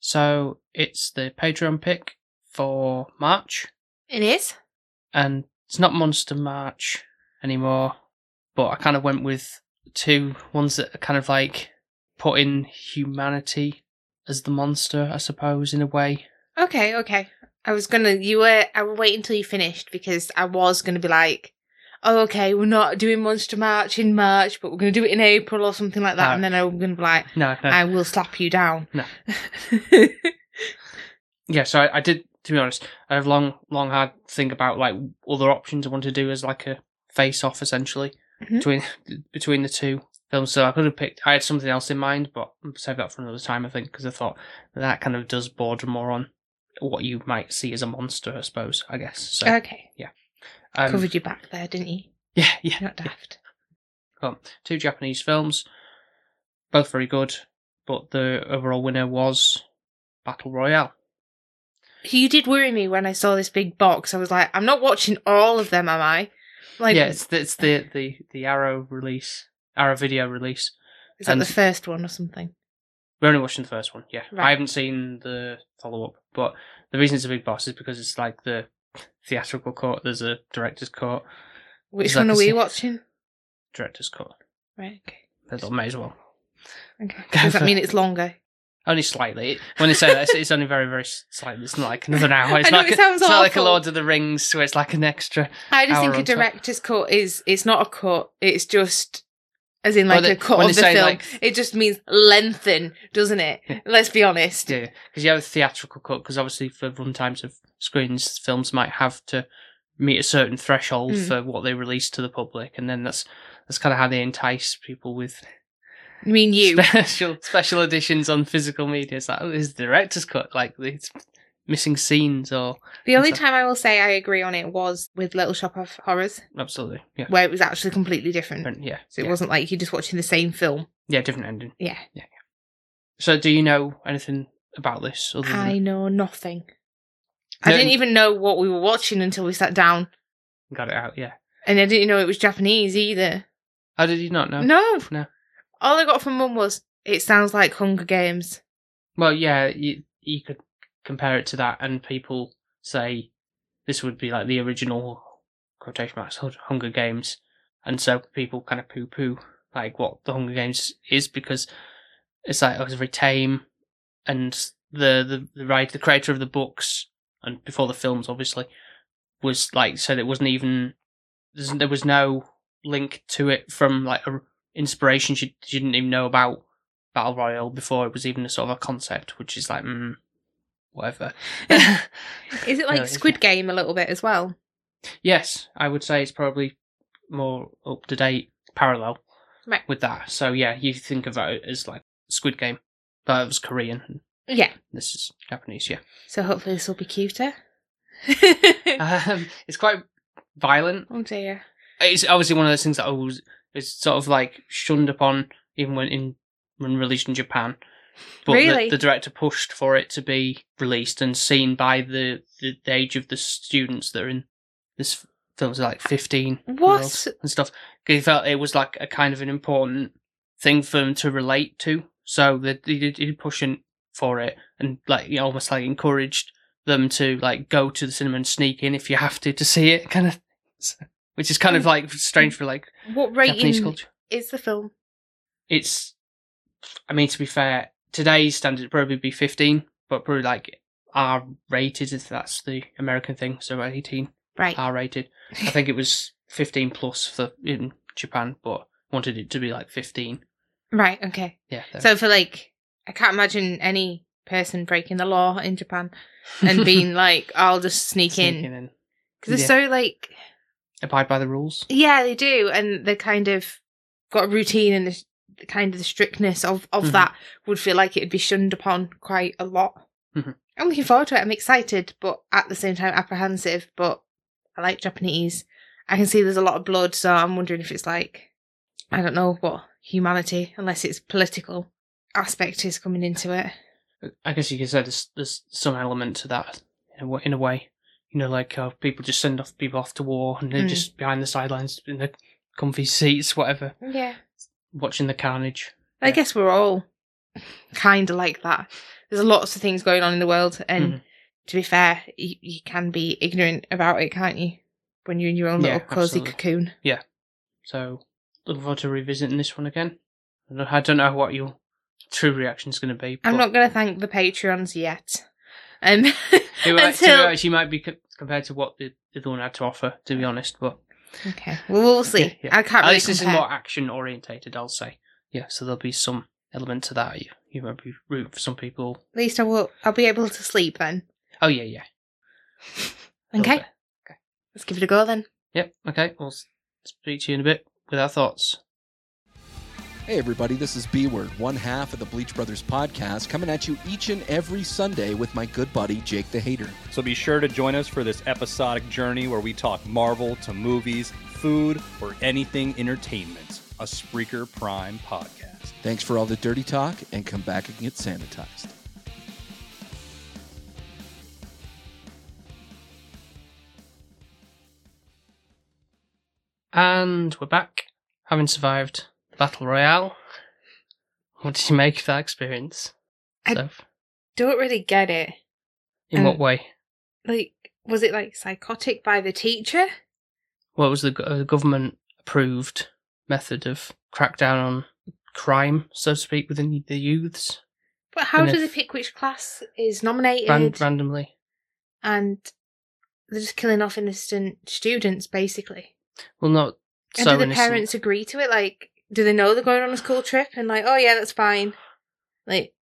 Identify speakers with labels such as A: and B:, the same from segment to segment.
A: so it's the Patreon pick for March,
B: It is.
A: and it's not Monster March anymore, but I kind of went with two ones that are kind of like putting humanity as the monster, I suppose, in a way.
B: Okay, okay. I was gonna. You were. I would wait until you finished because I was gonna be like, oh, okay, we're not doing Monster March in March, but we're gonna do it in April or something like that.
A: No.
B: And then I'm gonna be like,
A: No, no,
B: I will slap you down.
A: No. yeah, so I, I did. To be honest, I've long, long had to think about like other options I want to do as like a face-off, essentially
B: Mhm.
A: between between the two films. So I could have picked. I had something else in mind, but I'll save that for another time, I think, because I thought that kind of does border more on what you might see as a monster, I suppose. I guess. So
B: okay,
A: um,
B: Uh, covered your back there, didn't you?
A: yeah, yeah.
B: You're not daft.
A: Two Japanese films, both very good, but the overall winner was Battle Royale.
B: You did worry me when I saw this big box. I was like, I'm not watching all of them, am I? Like,
A: yeah, it's the, it's the the the Arrow release, Arrow video release.
B: is that
A: and-
B: the first one or something?
A: We're only watching the first one. Yeah, I
B: Right.
A: haven't seen the follow up, but the reason it's a big boss is because it's like the theatrical cut. There's a director's cut,
B: Which
A: It's like
B: one
A: a
B: are we
A: se-
B: watching?
A: director's cut.
B: Right. Okay.
A: That's all, may as well.
B: Okay.
A: Go
B: Does
A: for-
B: that mean it's longer?
A: Only slightly. When they say that, it's, it's only very, very s- slightly. It's not like another hour. It's
B: I know,
A: not like
B: it
A: a-
B: sounds
A: it's not like a
B: awful.
A: Lord of the Rings, where it's like an extra.
B: I just
A: hour
B: think
A: on
B: a
A: top.
B: director's cut is it's not a cut. It's just as in like
A: Well, they-
B: a cut
A: when
B: of
A: they
B: the
A: say,
B: film.
A: like-
B: it just means lengthen, doesn't it?
A: Yeah.
B: Let's be honest.
A: Yeah, because you have a theatrical cut. Because obviously, for run times of screens, films might have to meet a certain threshold
B: Mm.
A: for what they release to the public, and then that's that's kind of how they entice people with
B: I mean you.
A: special special editions on physical media. It's like oh, is the director's cut like it's missing scenes or
B: The only
A: Exactly.
B: time I will say I agree on it was with Little Shop of Horrors,
A: absolutely yeah
B: where it was actually completely different.
A: different yeah
B: So it
A: yeah.
B: wasn't like you're just watching the same film.
A: yeah different ending.
B: Yeah.
A: So do you know anything about this? Other than
B: I know nothing.
A: No,
B: I didn't e even know what we were watching until we sat down.
A: got it out. Yeah.
B: And I didn't know it was Japanese either.
A: How did you not know?
B: No.
A: No.
B: All I got from mum was, it sounds like Hunger Games.
A: Well, yeah, you you could compare it to that, and people say this would be like the original quotation marks Hun- Hunger Games, and so people kind of poo poo like what the Hunger Games is because it's like oh, it's very tame, and the the the writer, the creator of the books, and before the films, obviously, was like said it wasn't even there's- there was no link to it from like a inspiration she, she didn't even know about battle royale before it was even a sort of a concept, which is like, mm, whatever.
B: Is it like
A: No, it's
B: Squid Game a little bit as well?
A: yes, I would say it's probably more up to date, parallel
B: Right.
A: with that. So yeah, you think of it as like Squid Game, but it was Korean. and
B: Yeah.
A: This is Japanese, yeah.
B: So hopefully this will be cuter.
A: Um, it's quite violent.
B: oh dear.
A: It's obviously one of those things that always is sort of like shunned upon, even when in when released in Japan. But
B: Really?
A: the, the director pushed for it to be released and seen by the, the, the age of the students that are in this f- film, so like 15 year olds
B: What?
A: and stuff. 'Cause he felt it was like a kind of an important thing for them to relate to. So they, they did, he did pushing for it and like you know, almost like encouraged them to like go to the cinema and sneak in if you have to to see it, kind of. Which is kind of like strange for like
B: What
A: Japanese
B: rating
A: culture
B: is the film?
A: it's I mean to be fair, today's standard would probably be fifteen, but probably like R rated if that's the American thing, so eighteen
B: Right.
A: R rated. I think it was fifteen plus for in Japan, but wanted it to be like fifteen.
B: Right, okay.
A: Yeah. there.
B: So for like I can't imagine any person breaking the law in Japan and being like, I'll just sneak in.
A: Sneaking in.
B: Because it's so like
A: abide by the rules.
B: Yeah, they do, and they kind of got a routine and the, the kind of the strictness of of
A: Mhm.
B: that would feel like it'd be shunned upon quite a lot.
A: Mhm.
B: I'm looking forward to it. I'm excited, but at the same time apprehensive. But I like Japanese. I can see there's a lot of blood, so I'm wondering if it's like I don't know what humanity, unless it's political aspect is coming into it.
A: I guess you could say there's there's some element to that in a wa- in a way. You know, like uh, people just send off people off to war, and they're
B: Mm.
A: just behind the sidelines in the comfy seats, whatever,
B: Yeah.
A: watching the carnage.
B: I
A: Yeah.
B: guess we're all kind of like that. There's lots of things going on in the world, and
A: Mhm.
B: to be fair, you, you can be ignorant about it, can't you? When you're in your own
A: Yeah,
B: little cozy
A: absolutely.
B: cocoon.
A: So, looking forward to revisiting this one again. I don't- I don't know what your true reaction's going to be.
B: I'm
A: but
B: not going to thank the Patreons yet. Um,
A: it might- to be
B: until-
A: honest, you might be co- compared to what the, the other one had to offer. To be honest, but
B: okay, well, we'll see.
A: Yeah, yeah.
B: I can't
A: at
B: really
A: least this is
B: compare.
A: more action orientated. I'll say, yeah. So there'll be some element to that. You, you might be rooting for some people.
B: At least I will. I'll be able to sleep then.
A: Oh yeah, yeah.
B: Okay,
A: Lovely.
B: let's give it a go then.
A: Yep. Okay. We'll s- speak to you in a bit with our thoughts.
C: Hey, everybody, this is B Word, one half of the Bleach Brothers podcast, coming at you each and every Sunday with my good buddy, Jake the Hater.
D: So be sure to join us for this episodic journey where we talk Marvel to movies, food, or anything entertainment. A Spreaker Prime podcast.
C: Thanks for all the dirty talk and come back and get sanitized.
A: And we're back, having survived the battle royale. What did you make of that experience?
B: I-
A: Soph?
B: Don't really get it.
A: in what
B: um,
A: way?
B: Like, was it like psychotic by the teacher?
A: What was the go- uh, government-approved method of crackdown on crime, so to speak, within the youths
B: But how
A: And
B: do they
A: if-
B: pick which class is nominated?
A: ran- randomly?
B: and they're just killing off innocent students basically.
A: Well, not
B: And
A: so
B: do the
A: innocent.
B: parents agree to it? Like, do they know they're going on a school trip and like, oh yeah, that's fine. Like,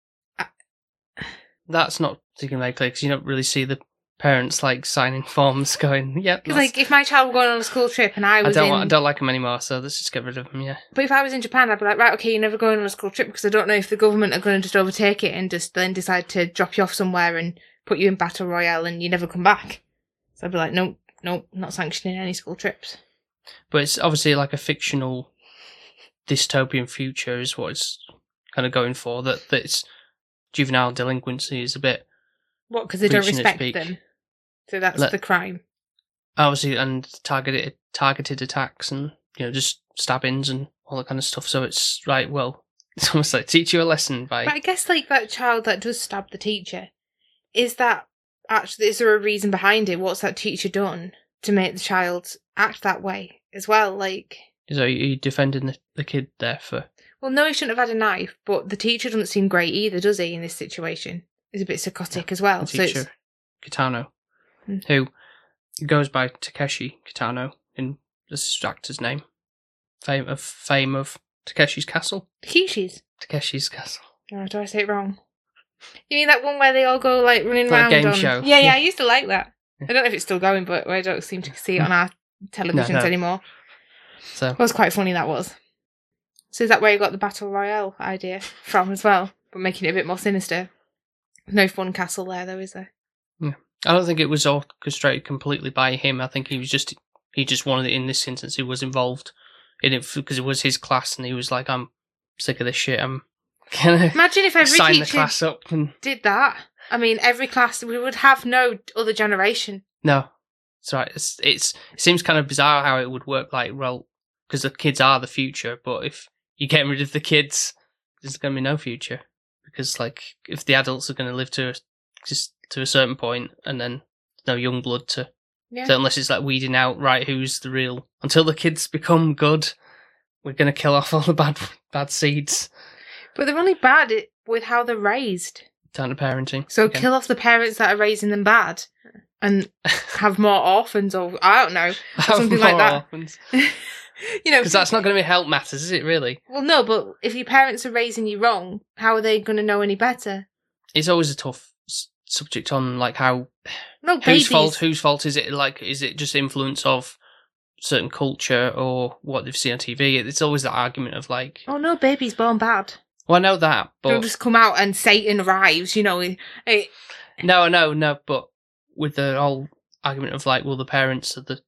A: That's not particularly clear because you don't really see the parents like signing forms, going, "Yep."
B: cause,
A: that's-
B: like if my child were going on a school trip and I
A: I
B: was
A: don't,
B: in,
A: want, I don't like them anymore, so let's just get rid of them. Yeah.
B: but if I was in Japan, I'd be like, right, okay, you're never going on a school trip because I don't know if the government are going to just overtake it and just then decide to drop you off somewhere and put you in battle royale and you never come back. So I'd be like, nope, nope, not sanctioning any school trips.
A: but it's obviously like a fictional dystopian future is what it's kind of going for that that it's juvenile delinquency is a bit
B: What? Because they don't
A: Reaching its
B: respect
A: peak.
B: them. So that's
A: Let-
B: the crime.
A: obviously and targeted targeted attacks and you know just stabbings and all that kind of stuff so it's right well it's almost like teach you a lesson by
B: But I guess like that child that does stab the teacher, is that actually is there a reason behind it? What's that teacher done to make the child act that way as well? Like,
A: so you- you defending the, the kid there for
B: well, no, he shouldn't have had a knife, but the teacher doesn't seem great either, does he? In this situation, he's a bit psychotic as well.
A: the
B: So it's,
A: teacher Kitano
B: Hmm.
A: who goes by Takeshi Kitano in this is the actor's name fame of fame of Takeshi's castle
B: Kishi's.
A: Takeshi's castle
B: Oh, do I say it wrong? You mean that one where they all go like running
A: Like
B: around
A: game
B: on?
A: show.
B: Yeah, yeah,
A: Yeah.
B: I used to like that.
A: Yeah.
B: I don't know if it's still going, but I don't seem to see it on our televisions
A: no.
B: anymore.
A: so
B: That was quite funny, that was. So is that where you got the Battle Royale idea from as well? But making it a bit more sinister. No fun castle there though, is there?
A: I don't think it was orchestrated completely by him. I think he was just he just wanted it in this instance. He was involved in it because it was his class, and he was like, "I'm sick of this shit. I'm gonna
B: Imagine if every
A: sign the
B: teacher
A: class up." And
B: did that. I mean, every class we would have no other generation.
A: no, it's right. It's, it's it seems kind of bizarre how it would work. Like, well, because the kids are the future, but if you're getting rid of the kids, there's gonna be no future because like if the adults are gonna live to a- just to a certain point, and then no young blood to
B: Yeah.
A: So unless it's like weeding out right who's the real until the kids become good, we're gonna kill off all the bad bad seeds.
B: but they're only bad i- with how they're raised.
A: Down to parenting.
B: So
A: again.
B: kill off the parents that are raising them bad and have more orphans or I don't know. something like that. you know,
A: Because that's not going to be help matters, is it? Really,
B: Well, no, but if your parents are raising you wrong, how are they going to know any better?
A: it's always a tough s- subject on like how
B: No,
A: whose
B: babies.
A: fault whose fault is it? Like, is it just influence of certain culture or what they've seen on TV. It's always that argument of like,
B: Oh no, baby's born bad.
A: well, I know that,
B: They'll
A: but
B: just come out and Satan arrives. You know, it- it-
A: no, no, no, but with the whole argument of like, well, the parents are the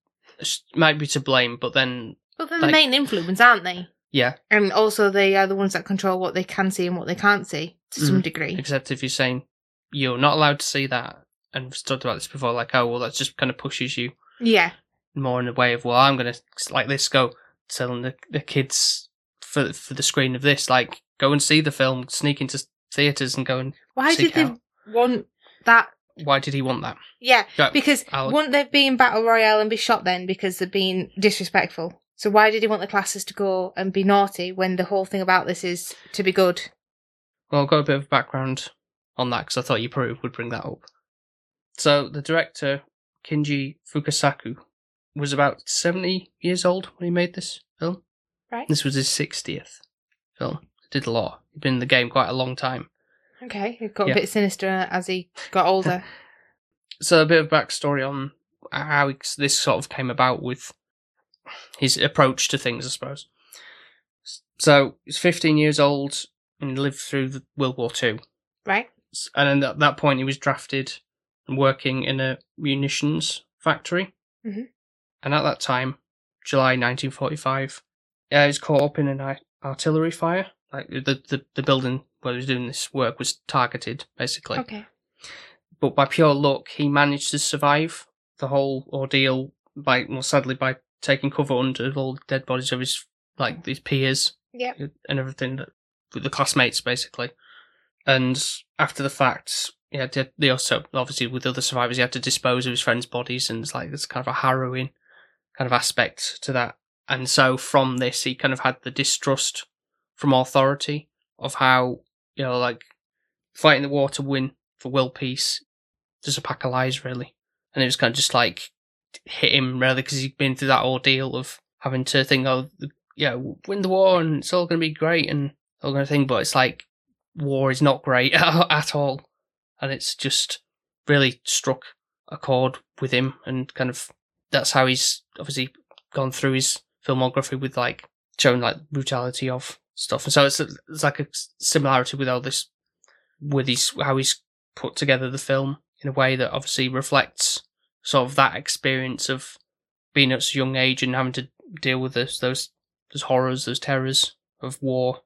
A: might be to blame, but then
B: but they're the
A: Like-
B: main influence, aren't they?
A: yeah,
B: And also, they are the ones that control what they can see and what they can't see to
A: Mm.
B: some degree.
A: except if you're saying you're not allowed to see that, and we've talked about this before, like, oh, well, that just kind of pushes you
B: Yeah,
A: more in the way of well, I'm gonna like this go telling the, the kids for for the screen of this, like go and see the film, sneak into theaters and go and
B: why
A: Seek
B: did they
A: out.
B: want that?
A: why did he want that?
B: Yeah,
A: Go-
B: because
A: I'll-
B: wouldn't they be in battle royale and be shot then because they're being disrespectful? So why did he want the classes to go and be naughty when the whole thing about this is to be good?
A: Well, I've got a bit of background on that because I thought you probably would bring that up. So the director Kinji Fukasaku was about seventy years old when he made this film.
B: Right.
A: This was his sixtieth film. Did a lot. He'd been in the game quite a long time.
B: Okay, it got
A: Yeah.
B: a bit sinister as he got older.
A: so a bit of backstory on how it's- this sort of came about with his approach to things, I suppose. So he's 15 years old and he lived through the World War Two,
B: right?
A: S- and then at that point he was drafted and working in a munitions factory.
B: Mhm.
A: And at that time, July 1945, uh, he was caught up in an ar- artillery fire. Like the, the the building where he was doing this work was targeted, basically
B: Okay.
A: but by pure luck, he managed to survive the whole ordeal by, well, sadly, by taking cover under all the dead bodies of his, like, his peers
B: Yep.
A: and everything that, with the classmates, basically. And after the fact, yeah, they- they also, obviously, with the other survivors, he had to dispose of his friends' bodies, and it's like, it's kind of a harrowing kind of aspect to that. And so from this, he kind of had the distrust from authority of how, you know, like, fighting the war to win for world peace, just a pack of lies, really. And it was kind of just like hit him, really, because he'd been through that ordeal of having to think, oh, the- yeah, win the war and it's all going to be great and all going to thing. But it's like war is not great at all, and it's just really struck a chord with him, and kind of that's how he's obviously gone through his filmography with like showing like brutality of stuff, and so it's, it's like a similarity with all this with his how he's put together the film in a way that obviously reflects sort of that experience of being at such a young age and having to deal with this, those those horrors, those terrors of war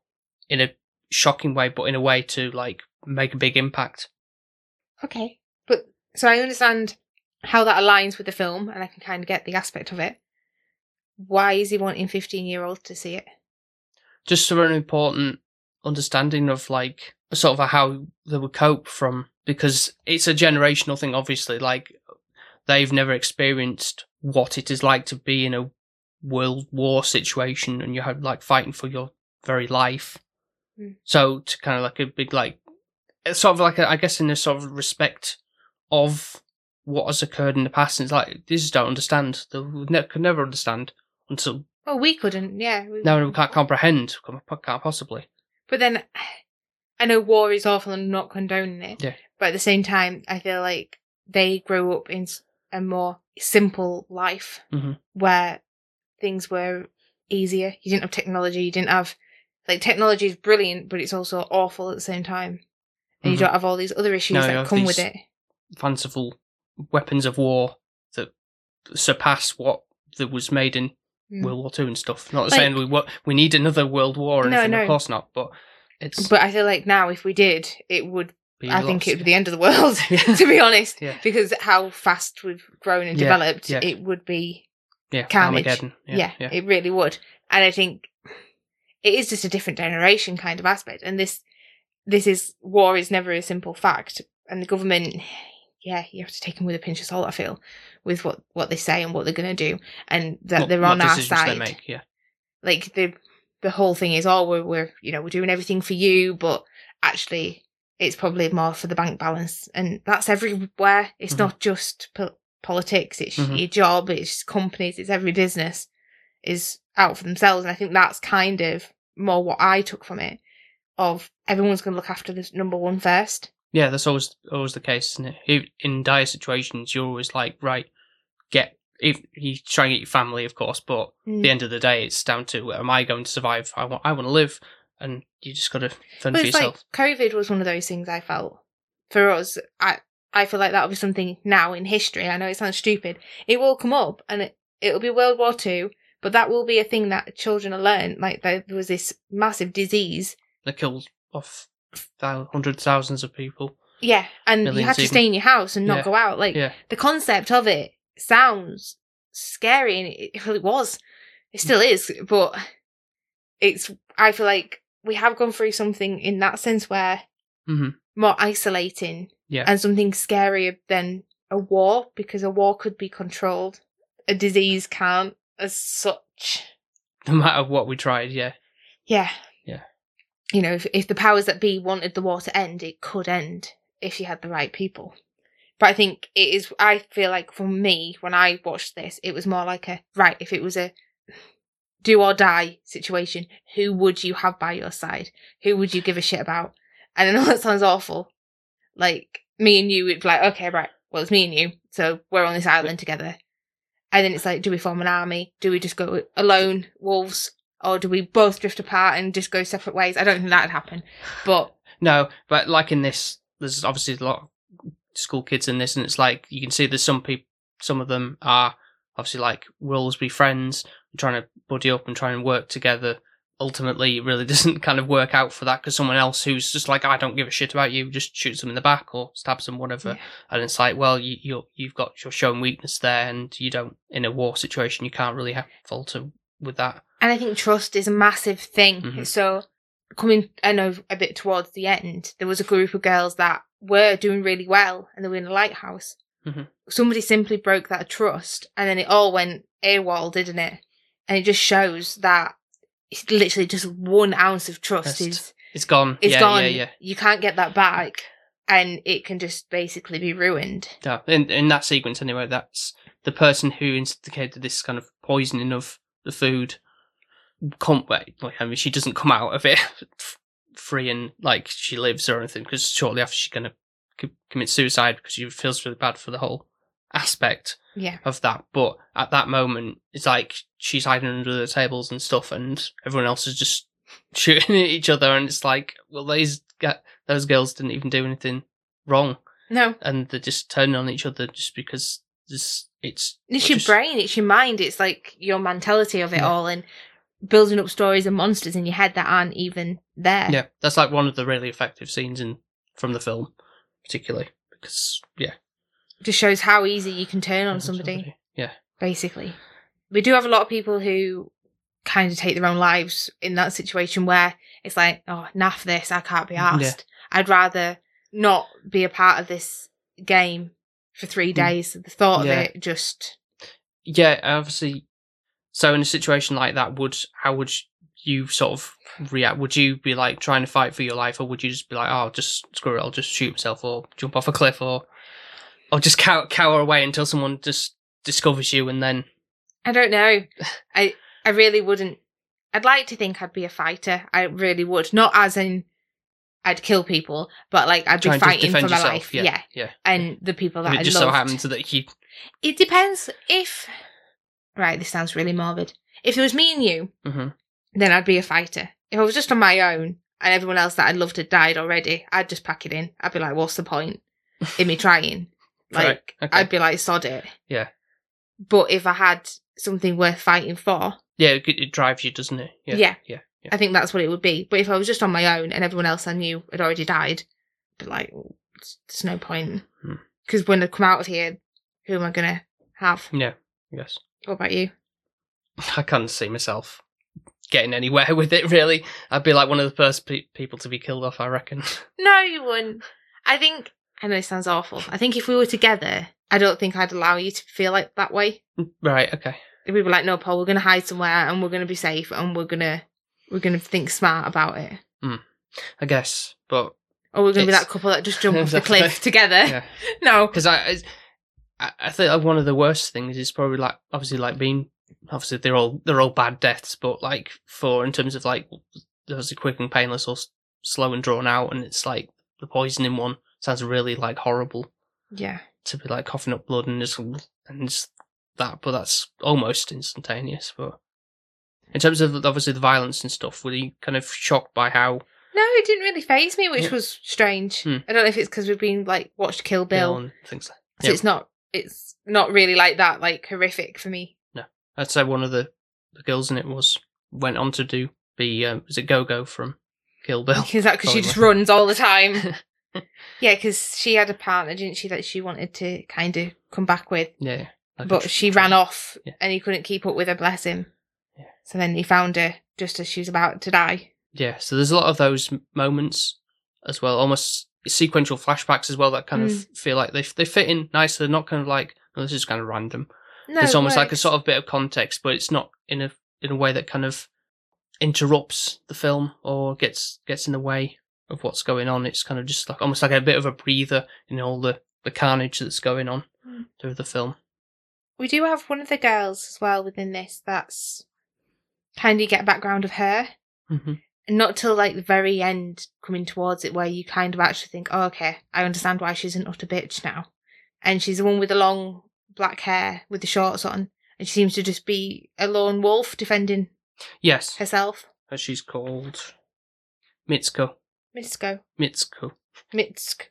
A: in a shocking way, but in a way to like make a big impact.
B: Okay. But so I understand how that aligns with the film and I can kind of get the aspect of it. Why is he wanting 15 year olds to see it?
A: Just for an important understanding of like sort of how they would cope from because it's a generational thing, obviously. Like they've never experienced what it is like to be in a world war situation and you're like fighting for your very life.
B: Mm.
A: So to kind of like a big like it's sort of like a, I guess in a sort of respect of what has occurred in the past. And it's like they just don't understand. They would ne- could never understand until
B: Well, we couldn't, yeah. We-
A: now we can't comprehend. Can't possibly.
B: But then I know war is awful and I'm not condoning it.
A: Yeah.
B: But at the same time, I feel like they grew up in s- a more simple life
A: Mhm.
B: where things were easier. You didn't have technology. You didn't have, like, technology is brilliant, but it's also awful at the same time. And you
A: Mhm.
B: don't have all these other issues
A: No, you
B: that
A: have
B: come with
A: these-
B: it.
A: fanciful weapons of war that surpass what that was made in
B: Mm.
A: World War Two and stuff. Not
B: Like-
A: saying we wa- we need another World War or
B: No,
A: anything,
B: no.
A: of course not. But it's
B: But I feel like now, if we did, it would.
A: be
B: I think
A: lots-
B: it would be the end of the world,
A: Yeah.
B: to be honest,
A: Yeah.
B: because how fast we've grown and
A: Yeah,
B: developed,
A: yeah.
B: it would be.
A: yeah,
B: carnage.
A: Armageddon.
B: Yeah, it really would. And I think it is just a different generation kind of aspect. And this, this is war is never a simple fact. And the government, yeah, you have to take them with a pinch of salt. I feel with what what they say and what they're going to do, and that
A: What-
B: they're
A: what
B: on our
A: decisions
B: side
A: They make, yeah.
B: like the the whole thing is oh we're, we're you know we're doing everything for you but actually it's probably more for the bank balance and that's everywhere it's
A: Mhm.
B: not just po- politics it's
A: Mhm.
B: your job it's companies it's every business is out for themselves and i think that's kind of more what i took from it of everyone's going to look after this number one first
A: Yeah, that's always always the case, isn't it? In- In dire situations, you're always like, right, get if you try and get your family, of course, but
B: Hmm.
A: at the end of the day, it's down to am I going to survive? I want, I want to live, and you just got to fend
B: But
A: for
B: it's like
A: yourself.
B: COVID was one of those things I felt for us. I I feel like that'll be something now in history. I know it sounds stupid. It will come up and it, it'll be World War Two, but that will be a thing that children will learn. Like there was this massive disease.
A: They killed off thou- hundreds of thousands of people.
B: Yeah, and you
A: Millions
B: had to
A: even.
B: stay in your house and not
A: Yeah.
B: go out. Like
A: Yeah,
B: the concept of it sounds scary and it, well, it was it still is but it's i feel like we have gone through something in that sense where
A: Mhm.
B: more isolating
A: Yeah.
B: and something scarier than a war because a war could be controlled a disease can't as such
A: no matter what we tried, yeah,
B: yeah
A: Yeah.
B: you know if, if the powers that be wanted the war to end it could end if you had the right people but i think it is i feel like for me when i watched this it was more like a right if it was a do or die situation who would you have by your side who would you give a shit about and i know that sounds awful like me and you would be like okay right well it's me and you so we're on this island together and then it's like do we form an army do we just go alone wolves or do we both drift apart and just go separate ways? I don't think that'd happen. But
A: no, but like in this, there's obviously a lot of school kids in this, and it's like you can see there's some people, some of them are obviously like we'll always be friends, trying to buddy up and try and work together. Ultimately, it really doesn't kind of work out for that because someone else who's just like I don't give a shit about you just shoots them in the back or stabs them, whatever.
B: Yeah.
A: And it's like, well, you you're, you've got you're showing weakness there, and you don't in a war situation you can't really have falter with that.
B: and I think trust is a massive thing.
A: Mhm.
B: So coming, I know a bit towards the end, there was a group of girls that were doing really well and they were in a lighthouse.
A: Mhm.
B: Somebody simply broke that trust, and then it all went AWOL, didn't it? And it just shows that it's literally just one ounce of trust
A: Trust.
B: is
A: It's gone.
B: it's
A: yeah,
B: gone.
A: Yeah, yeah.
B: You can't get that back, and it can just basically be ruined.
A: Yeah, in in that sequence anyway, that's the person who instigated this kind of poisoning of the food. Can't wait. Like, I mean, she doesn't come out of it f- free and like she lives or anything because shortly after she's gonna c- commit suicide because she feels really bad for the whole aspect
B: Yeah.
A: of that. But at that moment, it's like she's hiding under the tables and stuff, and everyone else is just shooting at each other, and it's like, well, these ga- those girls didn't even do anything wrong
B: No,
A: and they're just turning on each other just because this it's
B: It's your
A: just-
B: brain, it's your mind, it's like your mentality of it
A: Yeah.
B: all and building up stories and monsters in your head that aren't even there.
A: yeah that's like one of the really effective scenes in from the film particularly because yeah
B: Just shows how easy you can turn on somebody,
A: yeah
B: basically. We do have a lot of people who kind of take their own lives in that situation where it's like, oh, naff this, I can't be
A: Mm, Yeah.
B: asked. I'd rather not be a part of this game for three
A: Mm.
B: days. The thought
A: Yeah.
B: of it just
A: yeah obviously so in a situation like that would how would you sort of react would you be like trying to fight for your life or would you just be like oh just screw it i'll just shoot myself or jump off a cliff or or just cow- cower away until someone just discovers you and then
B: I don't know. I I really wouldn't. I'd like to think I'd be a fighter. I really would. Not as in I'd kill people, but like I'd
A: try and
B: be
A: just
B: fighting for
A: defend
B: my
A: yourself
B: life. Yeah.
A: yeah yeah
B: And the people that
A: And it
B: I
A: just so
B: loved.
A: happens that you
B: It depends if. Right, this sounds really morbid. If it was me and you,
A: hmm
B: then I'd be a fighter. If I was just on my own and everyone else that I loved had died already, I'd just pack it in. I'd be like, what's the point in me trying? Like,
A: Right, okay.
B: I'd be like, sod it.
A: Yeah.
B: But if I had something worth fighting for,
A: Yeah, it, it drives you, doesn't it?
B: Yeah.
A: yeah,
B: I think that's what it would be. But if I was just on my own and everyone else I knew had already died, I'd be like, "Well, it's- there's no point.
A: Hmm.
B: Because when I come out of here, who am I going to have?
A: yeah. Yes,
B: What about you?
A: I can't see myself getting anywhere with it. Really, I'd be like one of the first pe- people to be killed off. I reckon.
B: No, you wouldn't. I think, I know it sounds awful. I think if we were together, I don't think I'd allow you to feel like that way.
A: right. Okay.
B: If we were like, no, Paul, we're going to hide somewhere and we're going to be safe and we're going to, we're going to think smart about it.
A: I guess, but
B: Or we're going to be
A: It's-
B: that couple that just jump off the
A: Exactly.
B: cliff together.
A: yeah,
B: No.
A: because I, I- I, I think like one of the worst things is probably like obviously like being obviously they're all they're all bad deaths, but like for in terms of like obviously quick and painless or s- slow and drawn out, and it's like the poisoning one sounds really like horrible.
B: Yeah.
A: to be like coughing up blood and just and just that, but that's almost instantaneous. But in terms of obviously the violence and stuff, were you kind of shocked by how
B: No, it didn't really phase me, which
A: Yeah.
B: was strange.
A: Hmm.
B: I don't know if it's because we've been like watched Kill Bill,
A: Bill and things like
B: so
A: yeah.
B: it's not it's not really like that, like horrific for me.
A: I'd say one of the, the girls in it was went on to do be um, was it Go Go from Kill Bill?
B: Is that because
A: Probably
B: she just runs all the time? yeah, because she had a partner, didn't she, that she wanted to kind of come back with,
A: yeah, like a
B: but
A: tr-
B: she
A: tr-
B: ran off
A: Yeah.
B: and he couldn't keep up with her. Bless him.
A: Yeah.
B: So then he found her just as she was about to die.
A: Yeah, so there's a lot of those m- moments as well, almost sequential flashbacks as well that kind of
B: Mm.
A: feel like they f- they fit in nicely. They're not kind of like oh, this is kind of random.
B: No,
A: it's almost like a
B: works.
A: sort of bit of context, but it's not in a in a way that kind of interrupts the film or gets gets in the way of what's going on. It's kind of just like almost like a bit of a breather in all the the carnage that's going on
B: Mm.
A: through the film.
B: We do have one of the girls as well within this that's kind of get a background of her.
A: Mm-hmm.
B: And not till like the very end coming towards it where you kind of actually think, oh, okay, I understand why she's an utter bitch now. And she's the one with the long black hair with the shorts on. And she seems to just be a lone wolf defending
A: Yes,
B: herself.
A: as she's called, Mitsuko,
B: Mitsko.
A: Mitsuko,
B: Mitsk.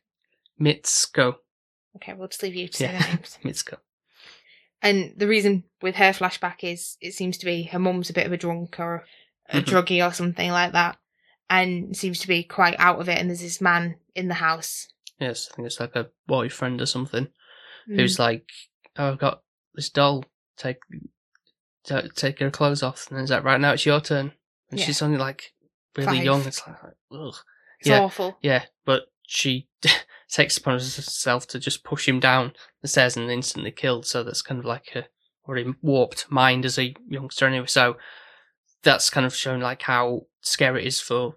A: Mitsuko,
B: Okay, we'll just leave you to say
A: Yeah.
B: the names.
A: Mitsuko.
B: And the reason with her flashback is it seems to be her mum's a bit of a drunk or a
A: Mhm.
B: druggie or something like that, and seems to be quite out of it. And there's this man in the house.
A: Yes, I think it's like a boyfriend or something
B: Mm.
A: who's like, "Oh, I've got this doll. Take, ta- take her clothes off." And then it's like, "Right now, it's your turn." And
B: Yeah.
A: she's only like really
B: Five.
A: young. It's like, ugh.
B: it's
A: yeah.
B: awful.
A: Yeah, but she takes upon herself to just push him down the stairs and instantly killed. So that's kind of like her already warped mind as a youngster, anyway. So that's kind of shown like how scary it is for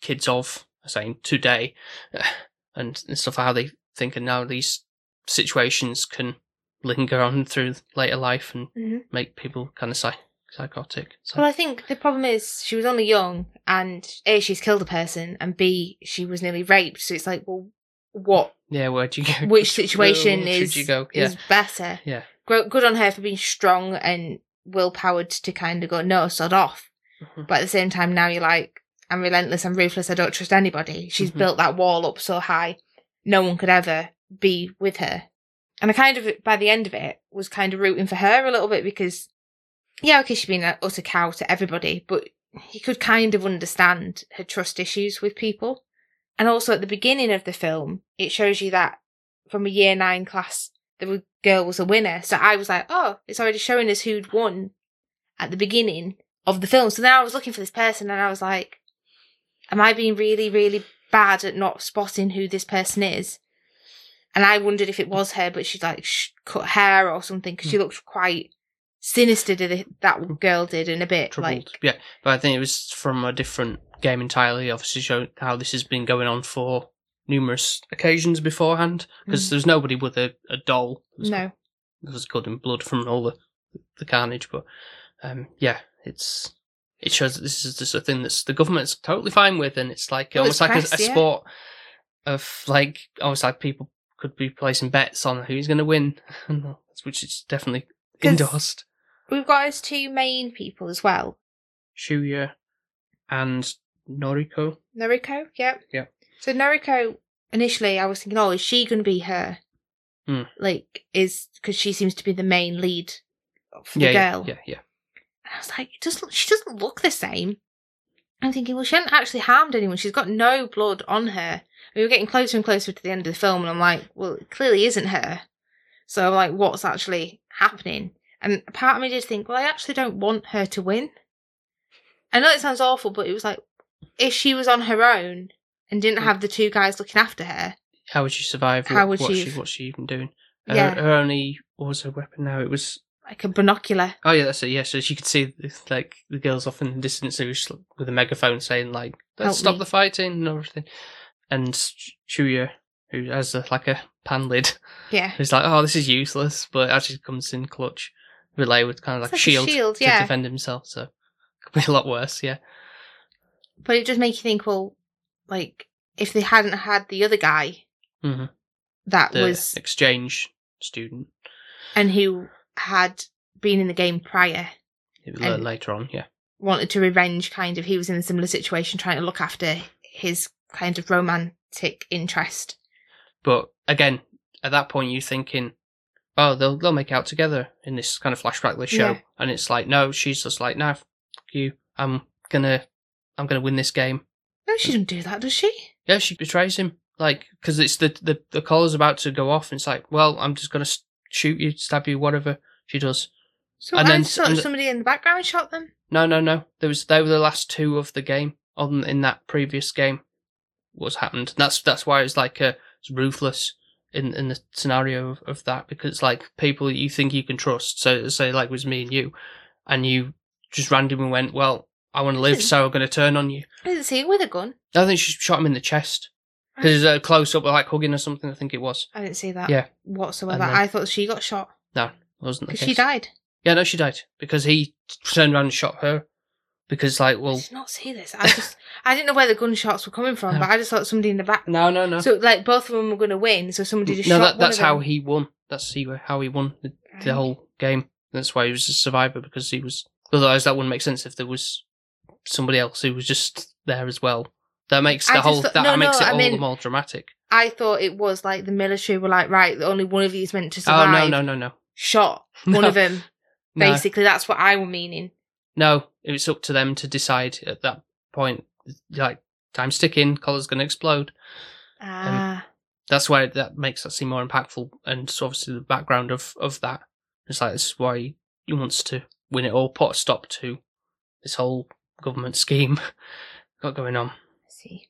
A: kids of, I'm saying today, and, and stuff. How they think and now these situations can linger on through later life and
B: Mhm.
A: make people kind of psych- psychotic. So,
B: Well, I think the problem is she was only young, and a she's killed a person, and b she was nearly raped. So it's like, well, what?
A: yeah, where'd you go?
B: Which situation
A: Where
B: is
A: should you go? Yeah,
B: is better?
A: yeah.
B: Gro- Good on her for being strong and willpowered to kind of go no, sod off.
A: Mhm.
B: But at the same time, now you're like, I'm relentless, I'm ruthless, I don't trust anybody. She's
A: Mhm.
B: built that wall up so high, no one could ever be with her. And I kind of, by the end of it, was kind of rooting for her a little bit because, yeah, okay, she's been an utter cow to everybody, but you could kind of understand her trust issues with people. And also at the beginning of the film, it shows you that from a year nine class, the girl was a winner. So I was like, oh, it's already showing us who'd won at the beginning of the film. So then I was looking for this person and I was like, am I being really, really bad at not spotting who this person is? And I wondered if it was her, but she'd like sh- cut hair or something because she looked quite sinister to the, that girl did and a bit
A: troubled.
B: like
A: yeah, but I think it was from a different game entirely. Obviously, show how this has been going on for numerous occasions beforehand because
B: Mm.
A: there's nobody with a, a doll that was,
B: no.
A: that was covered in blood from all the the carnage. But um, yeah, it's it shows that this is just a thing that's the government's totally fine with, and it's like
B: Well,
A: almost
B: it's
A: like
B: press,
A: a, a
B: yeah.
A: sport of like almost like people could be placing bets on who's going to win, which is definitely
B: 'Cause-
A: endorsed.
B: We've got his two main people as well.
A: Shuya and Noriko.
B: Noriko, yep.
A: Yep.
B: So Noriko, initially, I was thinking, oh, is she going to be her?
A: Hmm.
B: Like, is because she seems to be the main lead for the
A: yeah,
B: girl.
A: yeah, yeah,
B: And I was like, it doesn't. She doesn't look the same. I'm thinking, well, she hasn't actually harmed anyone. She's got no blood on her. We were getting closer and closer to the end of the film, and I'm like, well, it clearly isn't her. So I'm like, what's actually happening? And a part of me did think, well, I actually don't want her to win. I know it sounds awful, but it was like, if she was on her own and didn't have the two guys looking after her,
A: How would she survive?
B: How
A: What-
B: would
A: what's
B: she-
A: What's she even doing? Her,
B: yeah,
A: her only what was her weapon now? It was
B: like a binocular.
A: oh yeah, that's it. Yeah, so she could see like the girls off in the distance who was, with a megaphone saying like "Let's
B: Help
A: stop
B: me."
A: the fighting" and everything. And Sh- Shuya, who has a, like a pan lid,
B: Yeah,
A: who's like, "Oh, this is useless," but actually comes in clutch. Relay with kind of like,
B: It's like a
A: shield,
B: shield,
A: to
B: yeah.
A: defend himself. So could be a lot worse. Yeah,
B: But it does make you think, well, like, if they hadn't had the other guy
A: Mhm.
B: that
A: the
B: was,
A: exchange student.
B: and who had been in the game prior
A: It was, uh,
B: And-
A: later on, yeah.
B: wanted to revenge kind of he was in a similar situation trying to look after his kind of romantic interest
A: But again, at that point, you're thinking, oh, they'll they'll make out together in this kind of flashback they show,
B: Yeah.
A: and it's like, no, she's just like, no, f- you, I'm gonna, I'm gonna win this game.
B: no
A: Mm.
B: she doesn't do that does she
A: Yeah, she betrays him, like, because it's the the the caller's about to go off, and it's like, well, I'm just gonna s- shoot you, stab you, whatever she does.
B: so
A: And
B: i
A: then s-
B: thought
A: and the-
B: somebody in the background shot them
A: No, no, no. There was they were the last two of the game on in that previous game. What's happened? That's that's why it's like uh, it's ruthless in in the scenario of, of that because it's like people you think you can trust. So say like it was me and you, and you just randomly went, well, I want to live, so I'm going to turn on you.
B: i didn't see it with a gun
A: I think she shot him in the chest because a close up, like hugging or something. I think it was.
B: i didn't see that
A: Yeah.
B: whatsoever
A: And then-
B: i thought she got shot
A: Wasn't the
B: because
A: case.
B: she died
A: Yeah, no, she died because he turned around and shot her. Because like,
B: I
A: well,
B: did not see this i just i didn't know where the gunshots were coming from
A: No.
B: but i just thought somebody in the back
A: no, no, no.
B: so like both of them were going to win so somebody just
A: no,
B: shot
A: that,
B: one
A: that's
B: of them.
A: how he won. That's he, how he won the, the
B: Right.
A: whole game. That's why he was a survivor because he was. Otherwise, that wouldn't make sense if there was somebody else who was just there as well. That makes
B: I
A: the
B: just
A: whole.
B: thought-
A: that
B: no,
A: makes
B: no,
A: it
B: I
A: all the
B: mean-
A: more dramatic.
B: i thought it was like the military were like right only one of these meant to
A: Oh
B: survive
A: no no no no!
B: shot one
A: No.
B: of them
A: No.
B: basically that's what i were meaning
A: No, it was up to them to decide at that point. Like time's ticking, collar's going to explode. Um,
B: Ah,
A: That's why that makes that seem more impactful, and it's obviously the background of of that. It's like this is why he wants to win it all, put a stop to this whole government scheme got going on.
B: I see.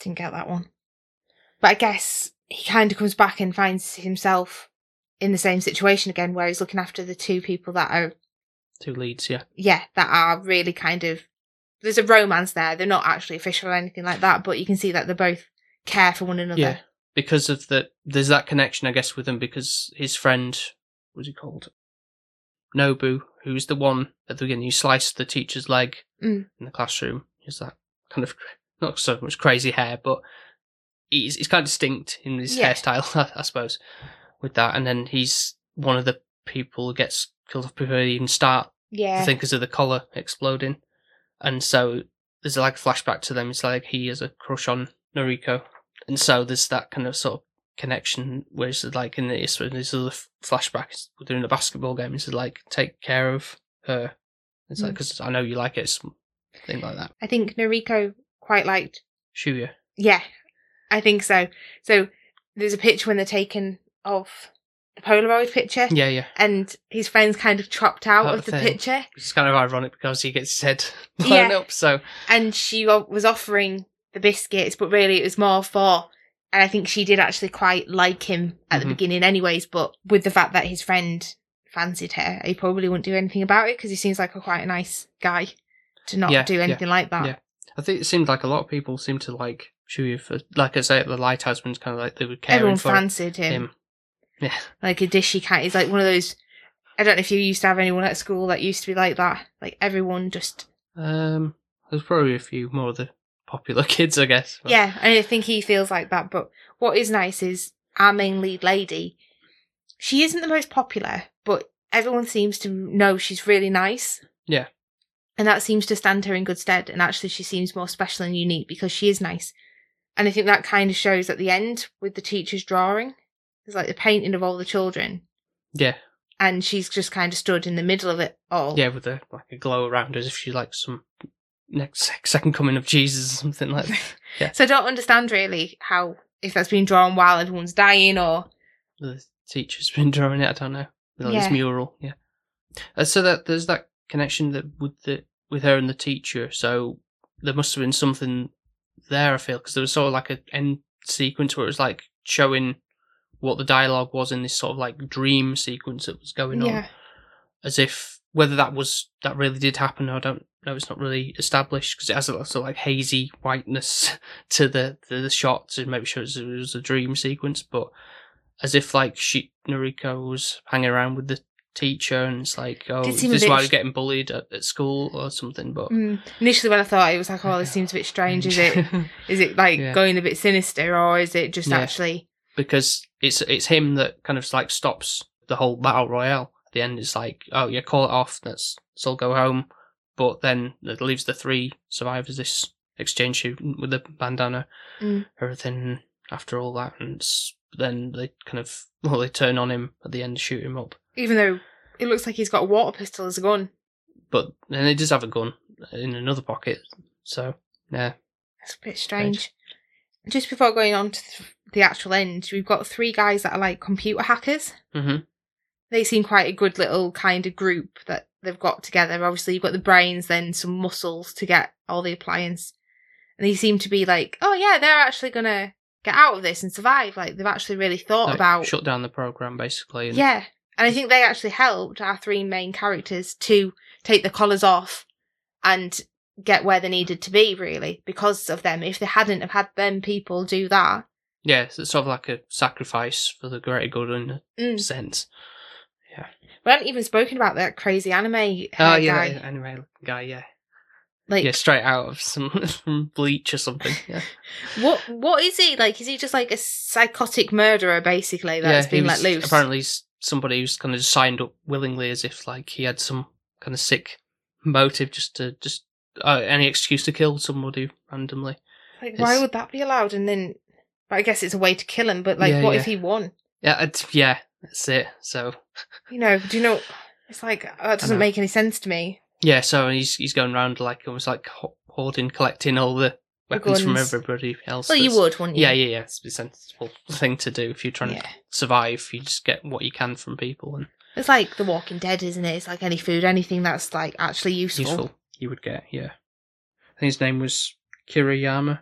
B: Didn't get that one. But I guess he kind of comes back and finds himself in the same situation again, where he's looking after the two people that are,
A: Two leads, yeah.
B: yeah, that are really kind of. There's a romance there. They're not actually official or anything like that, but you can see that they both care for one another.
A: Yeah. Because of the there's that connection I guess with him because his friend what's he called? Nobu, who's the one at the beginning who sliced the teacher's leg
B: Mm.
A: in the classroom. He's that kind of not so much crazy hair, but he's he's kind of distinct in his
B: Yeah.
A: hairstyle, I, I suppose, with that. And then he's one of the people who gets killed off before he even start
B: Yeah.
A: the thing because of the collar exploding. And so there's like a flashback to them. It's like he has a crush on Noriko. And so there's that kind of sort of connection where it's like in this, in this other f- flashback it's during the basketball game, it's like, take care of her. It's like,
B: Mm.
A: because I know you like it, something like that.
B: I think Noriko quite liked
A: Shuya.
B: Yeah, I think so. So there's a picture when they're taken of the Polaroid picture,
A: Yeah, yeah.
B: and his friend's kind of chopped out
A: Out
B: of
A: of
B: the
A: thing.
B: picture,
A: It's kind of ironic because he gets his head blown
B: Yeah.
A: up. So,
B: and she wa- was offering the biscuits, but really it was more for. And I think she did actually quite like him at
A: Mhm.
B: the beginning, anyways. But with the fact that his friend fancied her, he probably wouldn't do anything about it because he seems like a quite a nice guy to not
A: Yeah,
B: do
A: yeah,
B: anything like that.
A: yeah. I think it seemed like a lot of people seem to like Shuya for, like I say, the lighthouse one's kind of like they were caring
B: Everyone
A: for
B: fancied him.
A: him. Yeah.
B: like a dishy cat. He's like one of those. I don't know if you used to have anyone at school that used to be like that. Like everyone just
A: Um, there's probably a few more of the popular kids, I guess. but-
B: yeah. And I think he feels like that. But what is nice is our main lead lady. She isn't the most popular, but everyone seems to know she's really nice.
A: Yeah.
B: And that seems to stand her in good stead. And actually, she seems more special and unique because she is nice. And I think that kind of shows at the end with the teacher's drawing. It's like the painting of all the children.
A: yeah,
B: And she's just kind of stood in the middle of it all.
A: yeah, with a like a glow around her, as if she like some next sec- second coming of Jesus or something like. that.
B: So I don't understand really how if that's been drawn while everyone's dying or
A: the teacher's been drawing it. I don't know. With like
B: Yeah.
A: this mural, yeah. Uh, so that there's that connection that with the with her and the teacher. So there must have been something there. I feel because there was sort of like a end sequence where it was like showing what the dialogue was in this sort of like dream sequence that was going on.
B: yeah,
A: as if whether that was that really did happen I don't know it's not really established because it has a lot of like hazy whiteness to the to the shot to make sure it was, it was a dream sequence but as if like she Noriko was hanging around with the teacher and it's like oh
B: Did
A: is
B: seem a
A: this
B: bit
A: why
B: sh-
A: you're getting bullied at, at school or something but
B: Mm. initially when I thought it was like, oh, this seems a bit strange. Is it? Is it like
A: Yeah.
B: going a bit sinister or is it just
A: Yeah.
B: actually?
A: because it's it's him that kind of like stops the whole battle royale at the the end it's like, oh yeah, call it off. Let's, let's all go home. But then it leaves the three survivors this exchange shoot with the bandana,
B: Mm.
A: everything after all that, and it's, then they kind of well they turn on him at the end, shoot him up.
B: Even though it looks like he's got a water pistol as a gun.
A: But then he does have a gun in another pocket, so yeah,
B: It's a bit strange. Just before going on to th- the actual end, we've got three guys that are like computer hackers.
A: hmm
B: They seem quite a good little kind of group that they've got together. Obviously, you've got the brains, then some muscles to get all the appliance. And they seem to be like, oh yeah, they're actually going to get out of this and survive. Like, they've actually really thought
A: Like,
B: about.
A: shut down the program basically. And,
B: Yeah. And I think they actually helped our three main characters to take the collars off and get where they needed to be, really, because of them. If they hadn't have had them people do that,
A: yeah, so it's sort of like a sacrifice for the greater good in a
B: Mm.
A: sense.
B: we haven't even spoken about that crazy anime uh,
A: Oh
B: guy.
A: yeah, that anime guy, yeah,
B: Like,
A: yeah, straight out of some from Bleach or something. Yeah,
B: what what is he like? Is he just like a psychotic murderer, basically?
A: yeah,
B: That's
A: he
B: been
A: was-
B: let loose.
A: Apparently, he's somebody who's kind of just signed up willingly, as if like he had some kind of sick motive, just to just uh, any excuse to kill somebody randomly.
B: like, why
A: it's-
B: would that be allowed? And then, but I guess it's a way to kill him. But like,
A: Yeah,
B: what
A: yeah.
B: if he won?
A: Yeah, it's, yeah, that's it. So
B: You know? Do you know? It's like oh, that doesn't
A: know.
B: make any sense to me.
A: yeah, so he's he's going around like almost like ho- hoarding, collecting all the weapons from
B: guns.
A: everybody else.
B: Well, you
A: that's-
B: would, wouldn't you?
A: Yeah, yeah, yeah. It's a sensible thing to do if you're trying to
B: Yeah.
A: survive. You just get what you can from people and
B: It's like The Walking Dead, isn't it? It's like any food, anything that's like actually useful.
A: useful you would get. Yeah, I think his name was Kiriyama,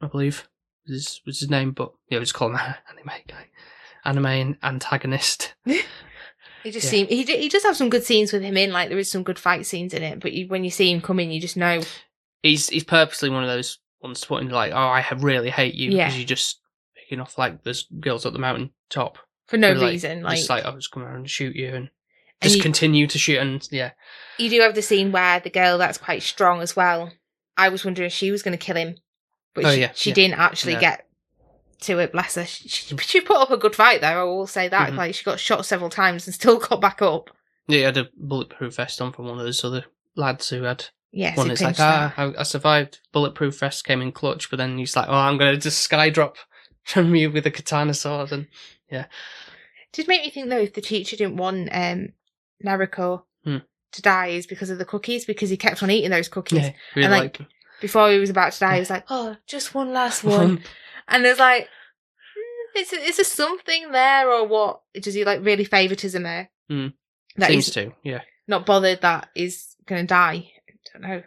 A: I believe was his, was his name, but yeah, we just call him anime guy, anime antagonist.
B: He just
A: Yeah.
B: seem he d- he does have some good scenes with him in. Like there is some good fight scenes in it, but you, when you see him come in, you just know.
A: He's he's purposely one of those ones to put in like, oh, I ha- really hate you
B: Yeah.
A: because you're just picking off like there's girls at the mountain top.
B: For no
A: Who, like,
B: reason,
A: Like,
B: like,
A: just like I was coming around and shoot you and.
B: And
A: Just
B: you-
A: continue to shoot and yeah,
B: you do have the scene where the girl that's quite strong as well. I was wondering if she was going to kill him, but
A: Oh,
B: she,
A: yeah,
B: she
A: yeah,
B: didn't actually
A: yeah.
B: get to it. Bless her. She, she, she put up a good fight though. I will say that.
A: Mhm.
B: Like she got shot several times and still got back up.
A: yeah. He had a bulletproof vest on from one of those other lads who had
B: Yes,
A: one. It's like ah, I, I survived. Bulletproof vest came in clutch, but then he's like, oh, I'm gonna just skydrop from you with a katana sword, and
B: Did make me think though, if the teacher didn't want um Naruko
A: Hmm.
B: to die, is because of the cookies, because he kept on eating those cookies.
A: yeah, really
B: And,
A: like,
B: like, Before he was about to die, he was like, "Oh, just one last one,"
A: "Hmm."
B: and it's like, hmm, "Is is there something there or what? Does he like really favoritism her?
A: Hmm.
B: That
A: seems
B: he's
A: to yeah,
B: not bothered that he's gonna die. I don't know.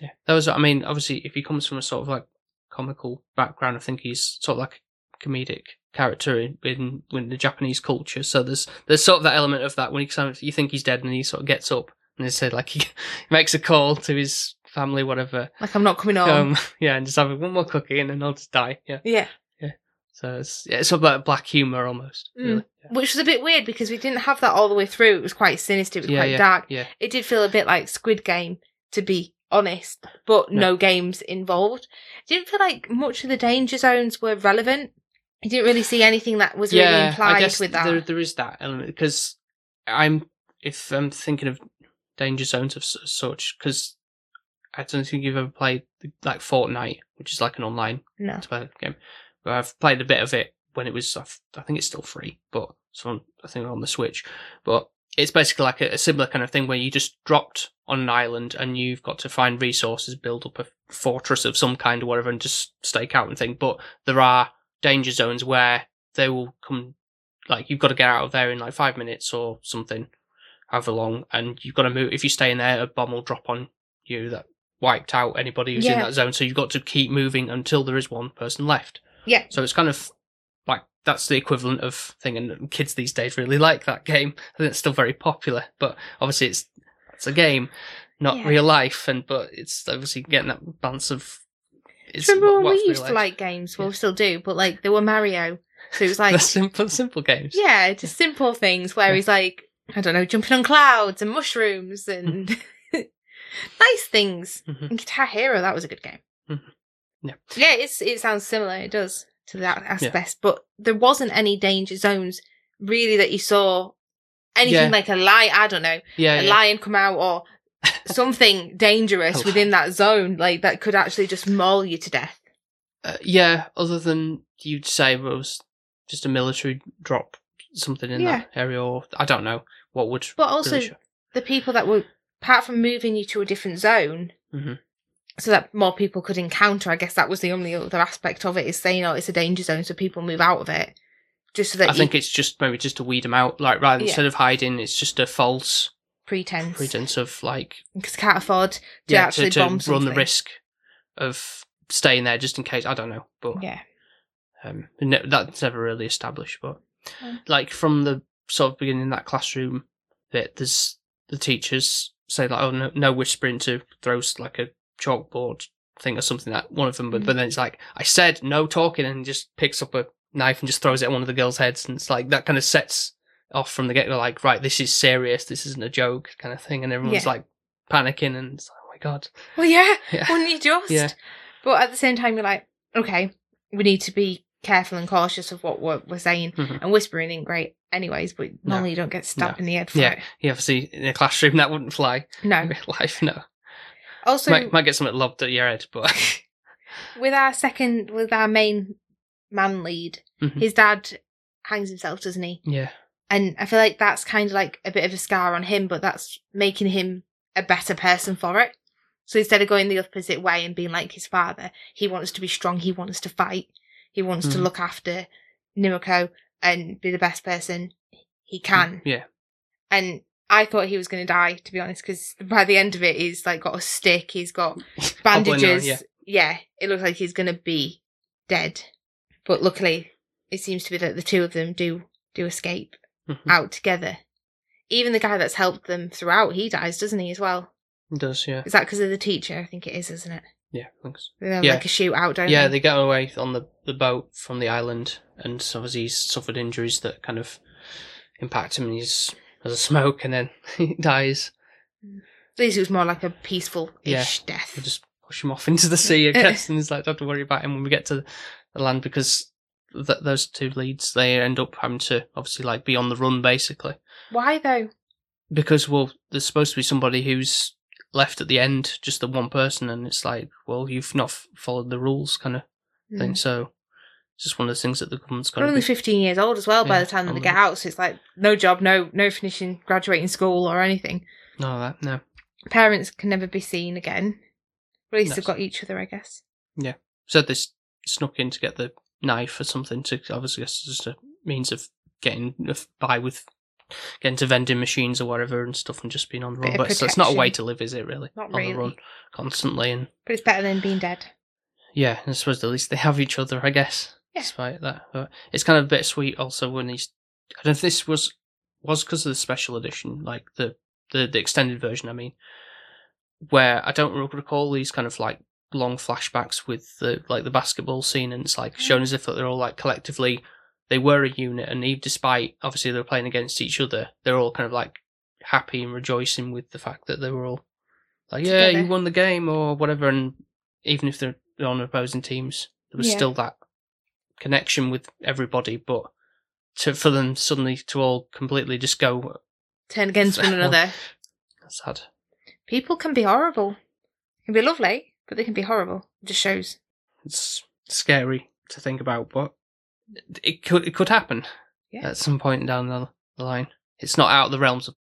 A: yeah. That was I mean, obviously, if he comes from a sort of like comical background, I think he's sort of like a comedic character in in, in the Japanese culture. So there's there's sort of that element of that when he kind of- you think he's dead and he sort of gets up and he said like he, makes a call to his family, whatever.
B: Like I'm not coming home.
A: Um, yeah, and just having one more cookie and then I'll just die. Yeah.
B: yeah,
A: So it's yeah, it's about black humor almost.
B: Mm.
A: Really.
B: which was a bit weird because we didn't have that all the way through. It was quite sinister. It was
A: Yeah,
B: quite dark.
A: Yeah,
B: it did feel a bit like Squid Game, to be honest, but
A: No.
B: no, games involved. didn't feel like much of the danger zones were relevant. I didn't really see anything that was really
A: yeah. I
B: implied
A: guess
B: with that.
A: there there is that element because I'm if I'm thinking of danger zones of s- such because I don't think you've ever played like Fortnite, which is like an online
B: no.
A: multiplayer game. But I've played a bit of it when it was off. I think it's still free, but it's on I think on the Switch. But it's basically like a, a similar kind of thing where you just dropped on an island and you've got to find resources, build up a fortress of some kind or whatever, and just stake out and thing. But there are danger zones where they will come, like you've got to get out of there in like five minutes or something, however long, and you've got to move. If you stay in there, a bomb will drop on you that wiped out anybody who's in
B: Yeah.
A: that zone. So you've got to keep moving until there is one person left.
B: Yeah.
A: So it's kind of like that's the equivalent of thing, and kids these days really like that game. I think it's still very popular, but obviously it's it's a game, not
B: Yeah.
A: real life, and but it's obviously getting that balance of. It's
B: Do you remember when
A: what's
B: we
A: real
B: used to
A: life.
B: like games? Well,
A: Yeah.
B: we still do, but like there were Mario. So it was like,
A: the simple simple games?
B: yeah, just simple things where
A: Yeah.
B: he's like, I don't know, jumping on clouds and mushrooms and
A: Mm-hmm.
B: nice things.
A: Mhm.
B: And Guitar Hero, that was a good game.
A: Mhm. Yeah.
B: yeah, it's it sounds similar. It does to that aspect, but there wasn't any danger zones really that you saw anything
A: Yeah.
B: like a lion, I don't know,
A: Yeah,
B: a
A: yeah.
B: lion come out or something dangerous
A: Oh.
B: within that zone, like that could actually just maul you to death.
A: Uh, yeah. Other than you'd say it was just a military drop something in that area, or I don't know what would.
B: But also,
A: really show-
B: the people that were, apart from moving you to a different zone,
A: Mhm.
B: so that more people could encounter, I guess that was the only other aspect of it is saying, oh, it's a danger zone, so people move out of it. Just so that
A: I
B: you
A: think it's just maybe just to weed them out. Like rather
B: Yeah.
A: instead of hiding, it's just a false
B: pretense.
A: pretense of like
B: Because can't afford to actually
A: to, to
B: bomb
A: run
B: something.
A: the risk of staying there just in case. I don't know, but
B: Yeah.
A: um, ne- that's never really established. But
B: Mm.
A: like from the sort of beginning of that classroom bit, there's the teachers say like, "Oh no, no whispering," to throws like a chalkboard thing or something at one of them. But, but then it's like, "I said no talking," and just picks up a knife and just throws it at one of the girls' heads, and it's like that kind of sets off from the get go. Like, right, this is serious. This isn't a joke, kind of thing. And everyone's
B: Yeah.
A: like panicking, and it's like, "Oh my god."
B: Well, yeah.
A: Yeah.
B: Wouldn't you just?
A: Yeah.
B: But at the same time, you're like, okay, we need to be careful and cautious of what we're, we're saying.
A: Mhm.
B: And whispering ain't great, anyways. But
A: No.
B: normally you don't get stabbed in the head for
A: Yeah.
B: it.
A: Yeah, obviously in a classroom that wouldn't fly in
B: No.
A: real life. No,
B: Also,
A: might might get something lobbed at your head, but
B: with our second, with our main man lead,
A: Mhm.
B: his dad hangs himself, doesn't he?
A: yeah,
B: And I feel like that's kind of like a bit of a scar on him, but that's making him a better person for it. So instead of going the opposite way and being like his father, he wants to be strong. He wants to fight. He wants to
A: Mhm.
B: look after Nimiko and be the best person he can.
A: yeah,
B: And I thought he was going to die, to be honest, because by the end of it, he's like got a stick. He's got
A: Hobbling around,
B: bandages.
A: yeah.
B: yeah, it looks like he's going to be dead. But luckily, it seems to be that the two of them do do escape
A: Mhm.
B: out together. Even the guy that's helped them throughout, he dies, doesn't he, as well?
A: It does yeah,
B: Is that because of the teacher? I think it is, isn't it?
A: yeah, thanks.
B: They have
A: Yeah.
B: like a shootout, don't
A: Yeah,
B: they?
A: they get away on the the boat from the island, and so obviously he's suffered injuries that kind of impact him, and he's as a smoke, and then he dies.
B: At least it was more like a peaceful ish
A: We
B: death.
A: just push him off into the sea, I guess, and it's like don't have to worry about him when we get to the land because th- those two leads they end up having to obviously like be on the run basically.
B: Why though?
A: because well there's supposed to be somebody who's left at the end just the one person and it's like well you've not f- followed the rules kind of thing
B: Mm.
A: so it's just one of those things that the government's got
B: They're
A: to
B: only
A: be
B: fifteen years old as well by
A: Yeah,
B: the time that they
A: only-
B: get out, so it's like no job, no no finishing graduating school or anything.
A: no that no
B: Parents can never be seen again. At least
A: No.
B: they've got each other, I guess.
A: so they s- snuck in to get the knife or something to obviously it's just a means of getting of- by with getting to vending machines or whatever and stuff and just being on the
B: Bit
A: run
B: of
A: but so it's not a way
B: protection.
A: to live is it really on
B: Not really.
A: the run constantly and
B: But it's better than being dead.
A: Yeah, I suppose at least they have each other, I guess.
B: Yeah.
A: Despite that, but it's kind of bittersweet also when he's. I don't know if this was was because of the special edition, like the the the extended version. I mean, where I don't re- recall these kind of like long flashbacks with the like the basketball scene, and it's
B: Mm.
A: like shown as if they're all like collectively they were a unit, and even despite obviously they were playing against each other, they're all kind of like happy and rejoicing with the fact that they were all like, yeah,
B: Together.
A: you won the game or whatever, and even if they're on opposing teams, there was
B: Yeah.
A: still that connection with everybody. But to for them suddenly to all completely just go,
B: Turn against one another.
A: that's sad.
B: People can be horrible. They can be lovely, but they can be horrible. It just shows.
A: It's scary to think about, but it could it could happen
B: Yeah.
A: at some point down the the line. It's not out of the realms of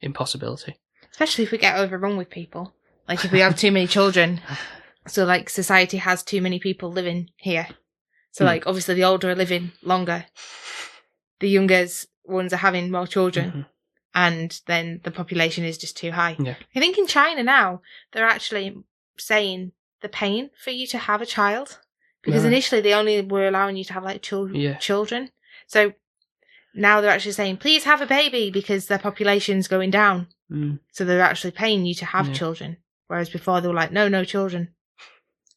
A: impossibility.
B: Especially if we get overrun with people. Like if we have too many children. So like society has too many people living here. So
A: Hmm.
B: like obviously the older are living longer. The younger ones are having more children.
A: Mhm.
B: and then the population is just too high.
A: Yeah.
B: I think in China now they're actually saying the pain for you to have a child because
A: Right.
B: initially they only were allowing you to have like chil-
A: Yeah.
B: children. So now they're actually saying please have a baby because their population's going down.
A: Mm,
B: So they're actually paying you to have
A: Yeah.
B: children, whereas before they were like no, no children.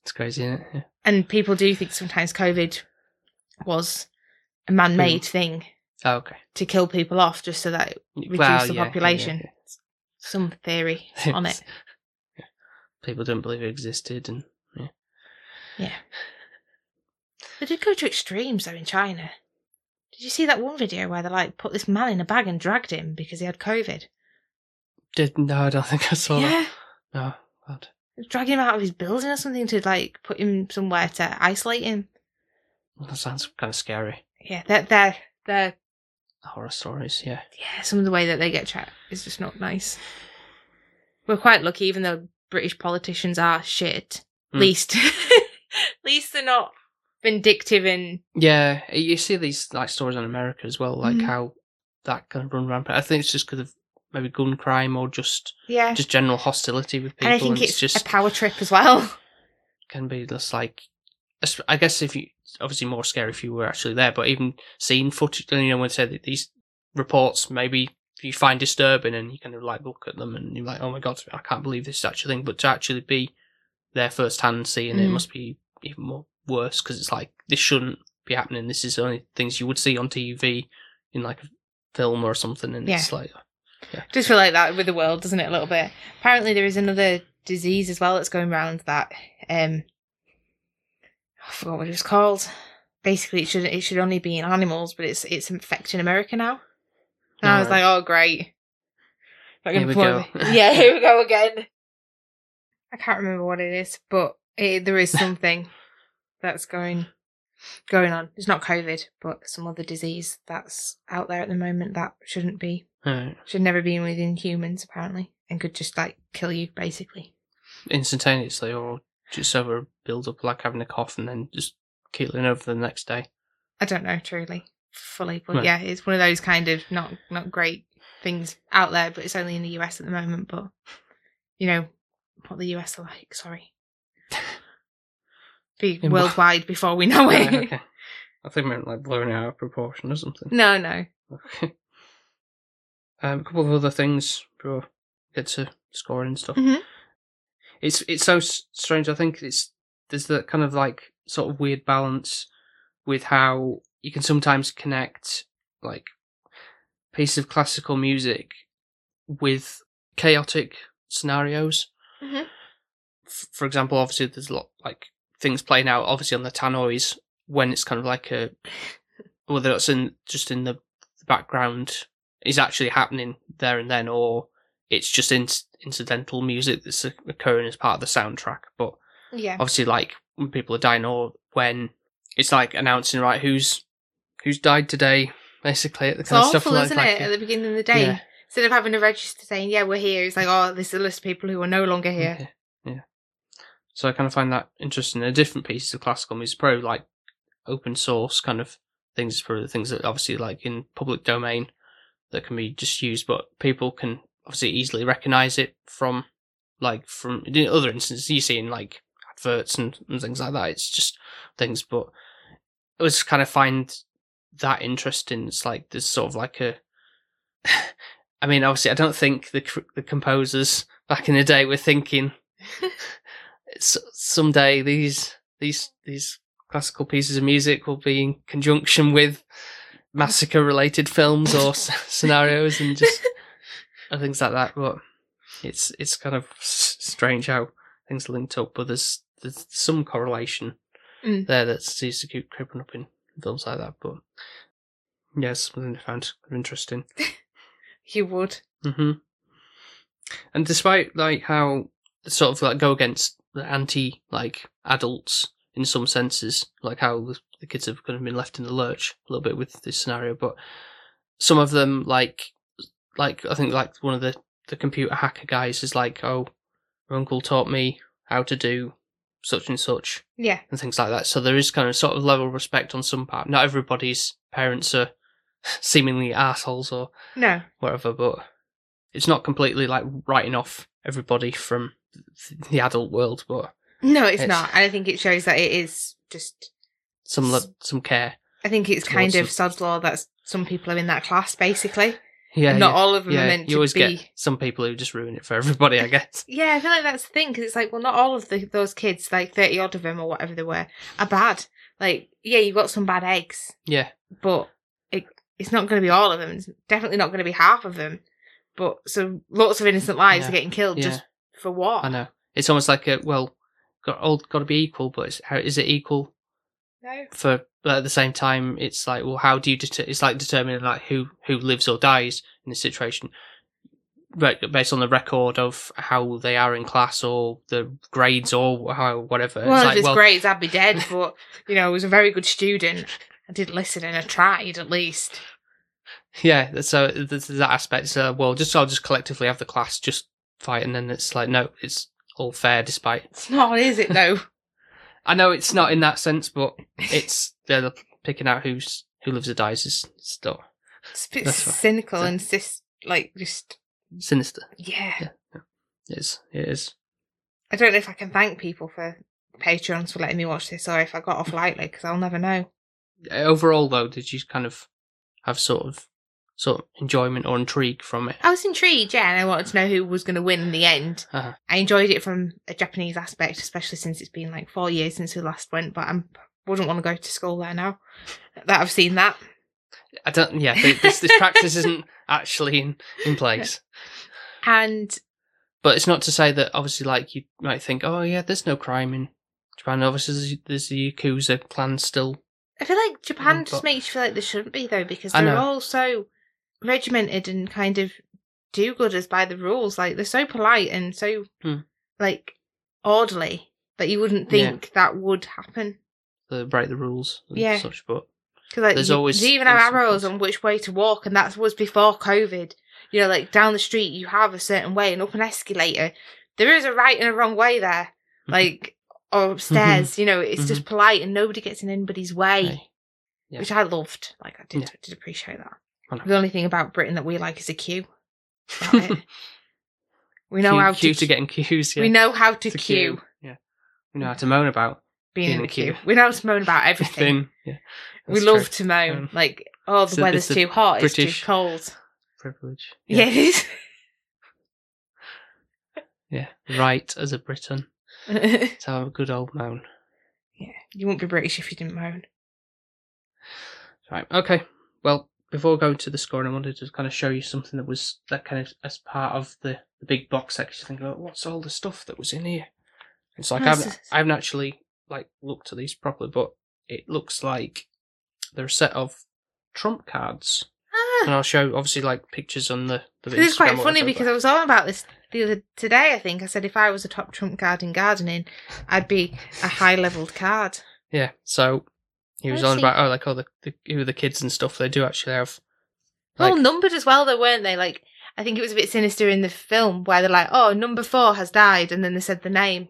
A: it's crazy, isn't it? Yeah.
B: And people do think sometimes COVID was a man-made thing
A: Oh, okay.
B: to kill people off just so that reduce
A: Well,
B: the
A: yeah, yeah,
B: population.
A: yeah.
B: Some theory on it.
A: People don't believe it existed, and
B: They did go to extremes though in China. Did you see that one video where they like put this man in a bag and dragged him because he had COVID?
A: Did no, I don't think I saw that.
B: yeah,
A: No, God.
B: dragging him out of his building or something to like put him somewhere to isolate him.
A: That sounds kind of scary.
B: Yeah, they're they're they're
A: Horror stories, yeah.
B: yeah, some of the way that they get trapped is just not nice. We're quite lucky, even though British politicians are shit.
A: Hmm.
B: Least, least they're not vindictive and
A: Yeah, you see these like stories in America as well, like
B: Mhm.
A: how that kind of run rampant. I think it's just because of maybe gun crime or just
B: yeah.
A: just general hostility with people.
B: and I think it's,
A: just
B: a power trip as well.
A: can be just like, es- I guess if you it's obviously more scary if you were actually there, but even seeing footage, you know, when I say that these reports maybe you find disturbing and you kind of like look at them and you're like, oh my god, I can't believe this is actually a thing. But to actually be there firsthand and seeing it
B: Mm.
A: must be even more worse because it's like this shouldn't be happening. This is only things you would see on TV in like a film or something, and it's like
B: Just feel like that with the world, doesn't it? A little bit. Apparently, there is another disease as well that's going around that um, I forgot what it was called. Basically, it should it should only be in animals, but it's it's infecting America now. And I was
A: Alright.
B: like, oh great, Not gonna
A: Here we
B: come
A: go.
B: over- yeah, here we go again. I can't remember what it is, but it, there is something that's going going on. It's not COVID, but some other disease that's out there at the moment that shouldn't be
A: uh,
B: should never be within humans, apparently, and could just like kill you, basically.
A: instantaneously or just over a build up like having a cough and then just keeling over the next day.
B: I don't know truly, fully, but
A: Right.
B: yeah, it's one of those kind of not not great things out there, but it's only in the US at the moment. But you know what the US are like. Sorry, be
A: In what-
B: worldwide before we know it.
A: Right, okay. I think I meant like blowing it out of proportion or something.
B: No, no.
A: Okay. um, a couple of other things bro get to scoring and stuff.
B: Mhm.
A: It's it's so s- strange. I think it's there's that kind of like sort of weird balance with how you can sometimes connect like piece of classical music with chaotic scenarios.
B: Mhm.
A: F- for example, obviously there's a lot like things playing out obviously on the tannoys when it's kind of like a whether it's in just in the the background is actually happening there and then, or it's just in- incidental music that's occurring as part of the soundtrack. But
B: Yeah,
A: obviously, like when people are dying, or when it's like announcing right who's who's died today, basically the
B: it's
A: kind of
B: awful,
A: stuff like,
B: isn't
A: like
B: it? At the beginning of the day,
A: Yeah.
B: instead of having a register saying, "Yeah, we're here," it's like, "Oh, this is a list of people who are no longer here."
A: Okay, Yeah. So I kind of find that interesting. There are different pieces of classical music, probably like open source kind of things, probably the things that obviously like in public domain that can be just used, but people can obviously easily recognize it from like from in other instances you see in like adverts and, and things like that. It's just things, but I was kind of find that interesting. It's like there's sort of like a. I mean, obviously, I don't think the cr- the composers back in the day were thinking s- someday these these these classical pieces of music will be in conjunction with massacre related films or s- scenarios and just and things like that. But it's it's kind of s- strange how things are linked up, but there's there's some correlation
B: Mm.
A: there that seems to keep creeping up in films like that. But yeah, it's something I found interesting.
B: You would.
A: hmm And despite like how sort of like go against the anti like adults in some senses, like how the, the kids have kind of been left in the lurch a little bit with this scenario, but some of them like like I think like one of the the computer hacker guys is like, oh, my uncle taught me how to do such and such
B: Yeah,
A: and things like that. So there is kind of sort of level of respect on some part. Not everybody's parents are seemingly assholes or
B: no.
A: whatever, but it's not completely like writing off everybody from th- the adult world, but
B: No, it's,
A: It's-
B: not. And I think it shows that it is just.
A: some lo- some care.
B: I think it's
A: It's
B: kind
A: lots
B: of
A: of-
B: sod's law that some people are in that class, basically.
A: Yeah,
B: And not
A: yeah,
B: all of them
A: yeah,
B: are meant
A: you
B: to
A: always
B: be.
A: get some people who just ruin it for everybody, I guess.
B: Yeah, I feel like that's the thing because it's like, well, not all of the, those kids, like thirty odd of them or whatever they were, are bad. Like, yeah, you've got some bad eggs,
A: yeah,
B: but it, it's not going to be all of them. It's definitely not going to be half of them. But so lots of innocent lives
A: Yeah,
B: are getting killed
A: yeah.
B: just for what?
A: I know. It's almost like a well, got all got to be equal, but it's, how is it equal?
B: No.
A: for but at the same time it's like well how do you deter- it's like determining like who who lives or dies in this situation right based on the record of how they are in class or the grades or how whatever
B: Well,
A: like
B: if it's grades, I'd be dead. But you know, I was a very good student. I did listen and I tried at least.
A: yeah so there's that aspect so well just i'll just collectively have the class just fight and then it's like no it's all fair despite
B: It's not, is it though?
A: i know it's not in that sense but it's they're picking out who's who lives or dies is still
B: It's a bit
A: That's right.
B: cynical
A: Yeah.
B: and sis, like just
A: sinister
B: yeah.
A: it is it is
B: I don't know if I can thank people for patrons for letting me watch this, or if I
A: Mm.
B: got off lightly because I'll never know.
A: overall though did you kind of have sort of sort of enjoyment or intrigue from it
B: I was intrigued, yeah, and I wanted to know who was going to win in the end.
A: Uh-huh.
B: I enjoyed it from a Japanese aspect, especially since it's been like four years since we last went. But I wouldn't want to go to school there now that I've seen that.
A: i don't yeah th- this, this practice isn't actually in, in place
B: And
A: but it's not to say that obviously like you might think oh yeah there's no crime in japan obviously there's, there's the yakuza clan still
B: I feel like Japan
A: Mm,
B: just
A: but-
B: makes you feel like there shouldn't be though, because
A: I
B: they're
A: know.
B: all so regimented and kind of do-gooders by the rules. Like they're so polite and so
A: Hmm.
B: like orderly that you wouldn't
A: Yeah.
B: think that would happen.
A: that break the rules and
B: Yeah.
A: such but
B: Because like
A: There's
B: you,
A: always-
B: they even have
A: there's-
B: arrows on which way to walk, and that was before COVID. You know, like down the street you have a certain way, and up an escalator there is a right and a wrong way there.
A: Mhm.
B: Like or upstairs, you know, it's just polite and nobody gets in anybody's way.
A: hey, Mm-hmm. Yeah.
B: which I loved. Like I did,
A: Yeah.
B: I did appreciate that.
A: I know.
B: The only thing about Britain that we like is a queue. That's about it. we know
A: cue,
B: how
A: cue
B: to,
A: to get in queues yeah
B: we know how to,
A: It's a
B: queue,
A: yeah we know how to moan about
B: being in
A: Being
B: the
A: a queue.
B: queue. We know to moan about everything.
A: everything yeah
B: we
A: That's
B: love
A: true.
B: to moan
A: Um,
B: like, oh, the
A: it's a-
B: weather's
A: it's a
B: too hot, it's
A: British-
B: too cold.
A: privilege
B: Yeah. it is.
A: yeah, yeah. right as a briton Let's have a good old moan
B: yeah, you wouldn't be British if you didn't moan.
A: Right. Okay. Well, before going to the scoring, I wanted to kind of show you something that was that kind of as part of the, the big box set. 'cause you think, oh, what's all the stuff that was in here? It's like I
B: Nice.
A: haven't, I haven't actually like looked at these properly, but it looks like they're a set of trump cards, and
B: Ah,
A: I'll show obviously like pictures on the. the
B: this is
A: Instagram
B: quite
A: or
B: funny
A: whatever,
B: because I
A: but-
B: was on about this the other today. I think I said if I was a top trump card in gardening, I'd be a high leveled card.
A: yeah. So he was
B: I
A: on
B: see.
A: about oh like all the, the who the kids and stuff they do actually have.
B: Well,
A: like-
B: numbered as well, though, weren't they? Like, I think it was a bit sinister in the film where they're like, "Oh, number four has died," and then they said the name.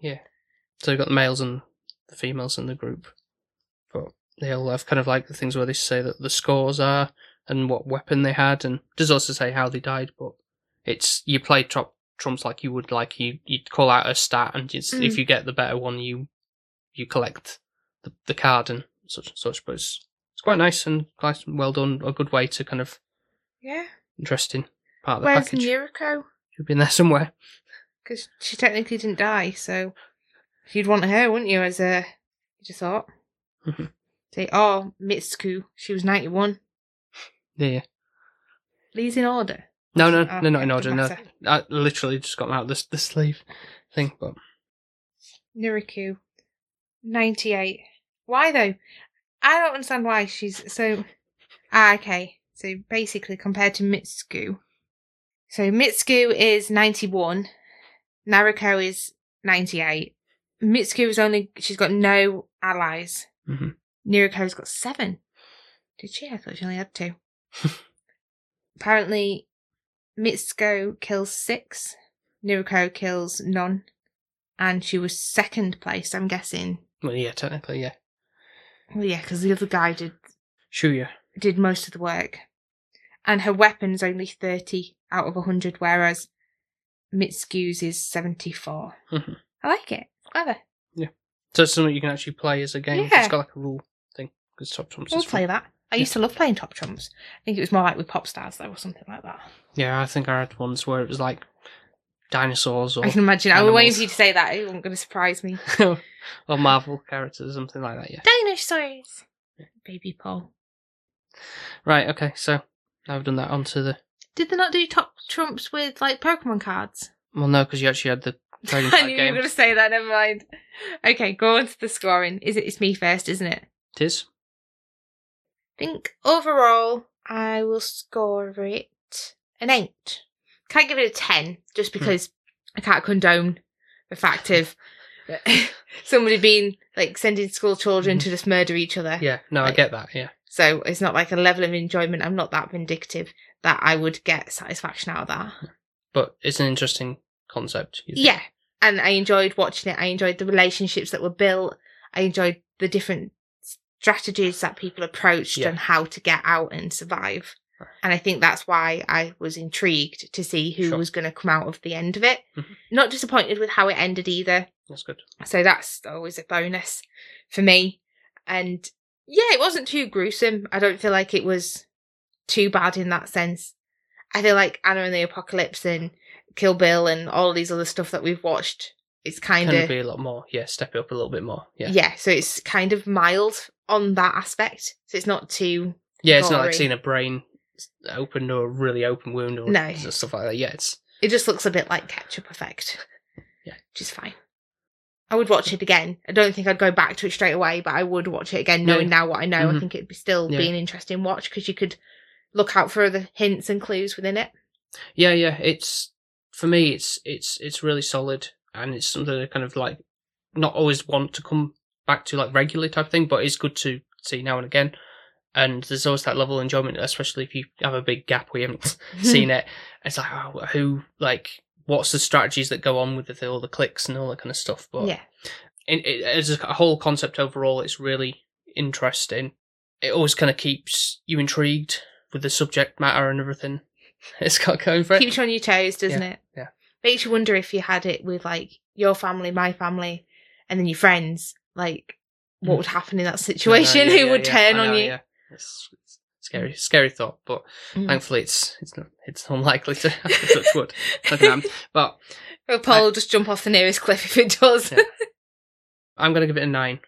A: So you've got the males and the females in the group. But they all have kind of like the things where they say that the scores are and what weapon they had and it does also say how they died, but it's you play trop trumps like you would like you you'd call out a stat and it's,
B: Mm.
A: if you get the better one you you collect the, the card and such and such but it's it's quite nice and quite well done a good way to kind of
B: Yeah.
A: interesting part of the
B: Where's
A: package
B: Yuriko?
A: should be in there somewhere
B: Because she technically didn't die, so you'd want her, wouldn't you? As a you just thought.
A: Mhm.
B: Say, "Oh, Mitsuku, she was ninety-one.
A: yeah
B: Lee's in order."
A: No, no,
B: Oh,
A: they're not
B: okay,
A: in order. No,
B: doesn't
A: I literally just got them out of this the sleeve thing. But
B: Nuriku, ninety-eight. Why though? I don't understand why she's so. Ah, okay. So basically, compared to Mitsuku, so Mitsuku is ninety-one, Naruko is ninety-eight. Mitsuku is only she's got no allies.
A: Mhm.
B: Naruko's got seven. Did she? I thought she only had two. Apparently, Mitsuko kills six. Naruko kills none, and she was second place. I'm guessing.
A: well, yeah, technically, yeah.
B: Well, yeah, because the other guy did
A: Shuya.
B: did most of the work, and her weapon's only thirty out of hundred, whereas Mitsuku's is seventy four.
A: Mhm.
B: I like it. It's clever.
A: So it's something you can actually play as a game.
B: Yeah.
A: It's got like a rule thing. Because Top Trumps.
B: We'll
A: is fun.
B: play that. I used to love playing Top Trumps. I think it was more like with pop stars though, or something like that.
A: Yeah, I think I had ones where it was like dinosaurs or
B: I can imagine. I was waiting
A: animals.
B: for you to say that. It wasn't going to surprise me.
A: or Marvel characters or something like that. Yeah.
B: Dinosaurs. Baby Paul.
A: Right. Okay. So now I've done that onto the.
B: Did they not do Top Trumps with like Pokemon cards?
A: Well, no, because you actually had the trading
B: I
A: card
B: knew you were
A: game.
B: going to say that. Never mind. Okay, go on to the scoring. Is it? It's me first, isn't it?
A: Tis.
B: think overall I will score it an eight. Can't give it a ten just because I can't condone the fact of somebody being like sending school children to just murder each other.
A: Yeah, no, I
B: Right.
A: get that. Yeah.
B: So it's not like a level of enjoyment. I'm not that vindictive that I would get satisfaction out of that.
A: But it's an interesting concept. you think.
B: Yeah. And I enjoyed watching it. I enjoyed the relationships that were built. I enjoyed the different strategies that people approached
A: Yeah.
B: and how to get out and survive. And I think that's why I was intrigued to see who
A: Sure.
B: was going to come out of the end of it.
A: Mhm.
B: Not disappointed with how it ended either.
A: That's good.
B: So that's always a bonus for me. And yeah, it wasn't too gruesome. I don't feel like it was too bad in that sense. I feel like Anna and the Apocalypse and Kill Bill and all these other stuff that we've watched, it's kind
A: Can
B: of
A: be a lot more. Yeah, step it up a little bit more.
B: yeah.
A: Yeah.
B: So it's kind of mild on that aspect. So it's not too
A: Yeah, it's not like
B: gory.
A: seeing a brain s- open or a really open wound or
B: No.
A: stuff like that. Yeah, it's
B: It just looks a bit like ketchup effect.
A: Yeah.
B: Which is fine. I would watch it again. I don't think I'd go back to it straight away, but I would watch it again
A: Yeah.
B: knowing now what I know. I
A: Mhm.
B: think it'd be still
A: Yeah.
B: be an interesting watch because you could look out for other hints and clues within it.
A: yeah, yeah. It's for me, it's it's it's really solid, and it's something I kind of like not always want to come back to like regularly type thing, but it's good to see now and again. And there's always that level of enjoyment, especially if you have a big gap where you haven't seen it. It's like oh, who like what's the strategies that go on with the, all the clicks and all that kind of stuff. But
B: yeah.
A: it, it, as a whole concept overall, it's really interesting. It always kind of keeps you intrigued with the subject matter and everything it's got going for it.
B: Keeps you on your toes, doesn't it?
A: yeah.
B: Makes you wonder if you had it with like your family, my family, and then your friends, like what
A: Mm.
B: would happen in that
A: I know,
B: situation?
A: yeah,
B: Who
A: yeah,
B: would
A: yeah, I
B: turn on
A: know,
B: you?
A: Yeah. It's, it's scary, scary thought, but
B: Mm.
A: thankfully it's it's not, it's unlikely to happen. Touch wood, Not gonna happen. But
B: Well, Paul will just jump off the nearest cliff if it does.
A: Yeah. I'm gonna give it a nine.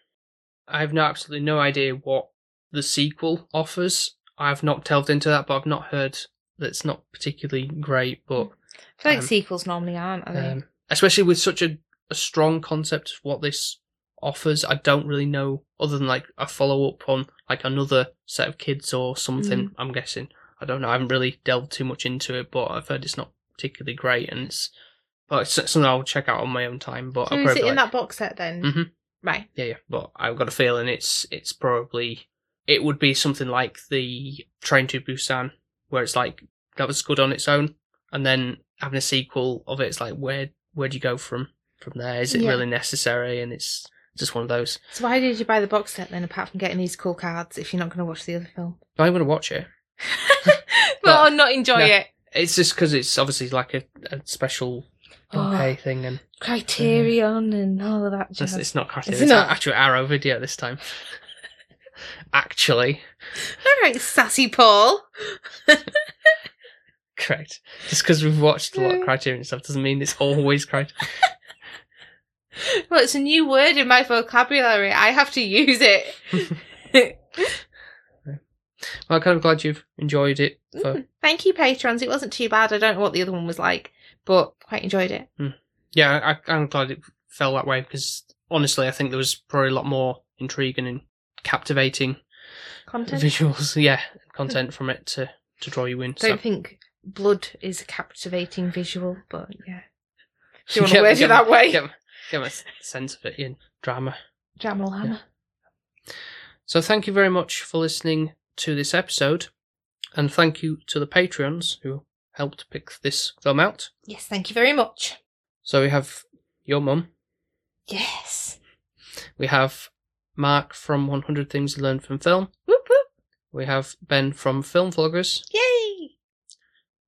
A: I have no absolutely no idea what the sequel offers. I've not delved into that, but I've not heard that it's not particularly great. But
B: I feel like
A: Um,
B: sequels normally aren't, are they?
A: um, especially with such a, a strong concept of what this offers i don't really know other than like a follow-up on like another set of kids or something
B: Mm.
A: i'm guessing i don't know i haven't really delved too much into it but i've heard it's not particularly great and it's but it's something i'll check out on my own time but
B: so
A: i'll
B: is
A: probably
B: it in
A: like-
B: that box set then?
A: Mhm.
B: Right.
A: yeah yeah but i've got a feeling it's it's probably it would be something like the train to busan where it's like that was good on its own and then having a sequel of it, it's like where where do you go from from there is it
B: Yeah.
A: really necessary and it's just one of those
B: So why did you buy the box set then, apart from getting these cool cards, if you're not going to watch the other film?
A: i'm going to watch it
B: well, or not enjoy
A: No.
B: it.
A: it's just because it's obviously like a, a special
B: Oh.
A: pay thing and
B: Criterion and all of that
A: it's,
B: jazz.
A: it's not cartoon
B: It's
A: it's, an
B: not.
A: actual arrow video this time actually
B: all right, sassy Paul.
A: correct just because we've watched a lot of
B: Mm.
A: criterion stuff doesn't mean it's always criterion
B: Well, it's a new word in my vocabulary. I have to use it.
A: Well, I'm kind of glad you've enjoyed it. For
B: Mm. Thank you, patrons. It wasn't too bad. I don't know what the other one was like, but quite enjoyed it.
A: yeah, I, I'm glad it fell that way because honestly, I think there was probably a lot more intriguing and captivating
B: Content.
A: visuals, yeah, content from it to to draw you in. So.
B: don't think blood is a captivating visual, but yeah.
A: you
B: Do you want to
A: get-
B: word it
A: get-
B: that way?
A: Get, get my s- sense of it in drama.
B: Jamal Hammer.
A: So thank you very much for listening to this episode, and thank you to the Patreons who helped pick this film out.
B: Yes, thank you very much.
A: So we have your mum,
B: Yes.
A: we have Mark from 100 Things You Learned from Film.
B: Whoop whoop.
A: We have Ben from Film Vloggers.
B: Yay.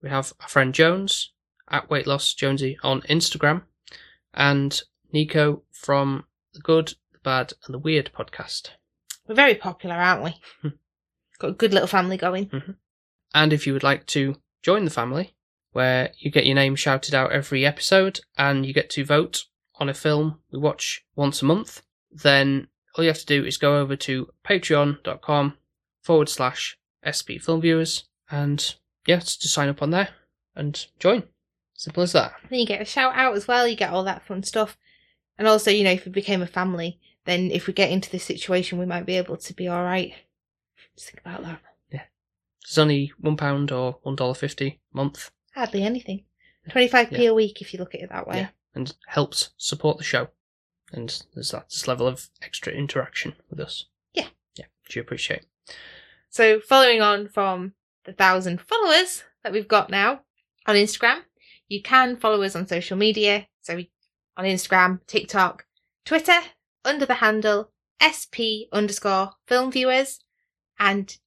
A: We have our friend Jones at Weight Loss Jonesy on Instagram, and Nico from the Good, the Bad, and the Weird podcast.
B: We're very popular, aren't we?
A: Hmm.
B: Got a good little family going.
A: And if you would like to join the family, where you get your name shouted out every episode and you get to vote on a film we watch once a month, then all you have to do is go over to patreon.com forward slash SP Film Viewers and yeah, s- just sign up on there and join. Simple as that.
B: Then you get a shout out as well, you get all that fun stuff. And also, you know, if we became a family, then if we get into this situation, we might be able to be all right. Just think about that.
A: It's only one pound or one dollar fifty a month,
B: Hardly anything. 25p
A: Yeah.
B: a week if you look at it that way.
A: Yeah. and helps support the show. And there's that this level of extra interaction with us.
B: Yeah.
A: yeah, which you appreciate.
B: So, following on from the thousand followers that we've got now on Instagram, you can follow us on social media. So, we- on Instagram, TikTok, Twitter, under the handle SP underscore film viewers, and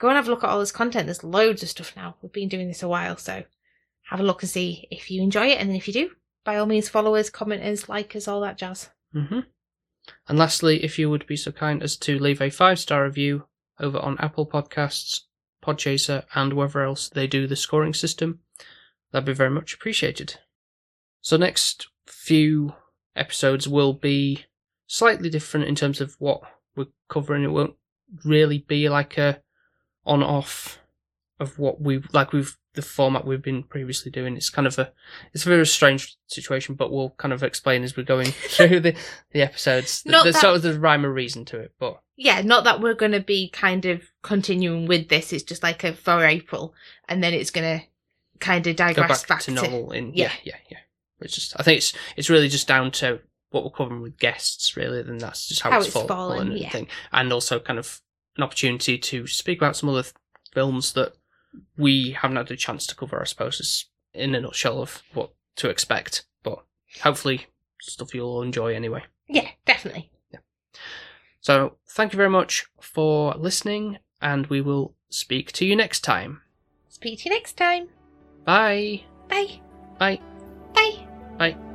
B: go and have a look at all this content. There's loads of stuff now. We've been doing this a while, so have a look and see if you enjoy it. And if you do, by all means, follow us, comment us, like us, all that jazz.
A: hmm And lastly, if you would be so kind as to leave a five star review over on Apple Podcasts, Podchaser, and wherever else they do the scoring system, that'd be very much appreciated. So, next few episodes will be slightly different in terms of what we're covering. It won't really be like a on off of what we like we've the format we've been previously doing it's kind of a it's a very strange situation but we'll kind of explain as we're going through the the episodes
B: Not
A: there's
B: that-
A: sort of the rhyme or reason to it but
B: yeah, not that we're going to be kind of continuing with this. It's just like a for April, and then it's going to kind of
A: go
B: digress
A: back,
B: back,
A: to normal in yeah
B: yeah.
A: yeah yeah it's just i think it's it's really just down to what we're covering with guests really then that's just how,
B: How
A: it's,
B: it's
A: fallen,
B: fallen,
A: and
B: yeah.
A: everything and also kind of an opportunity to speak about some other th- films that we haven't had a chance to cover i suppose is in a nutshell of what to expect but hopefully stuff you'll enjoy anyway
B: yeah, definitely.
A: so thank you very much for listening and we will speak to you next time
B: Speak to you next time.
A: bye
B: Bye.
A: Bye.
B: Bye.
A: Bye.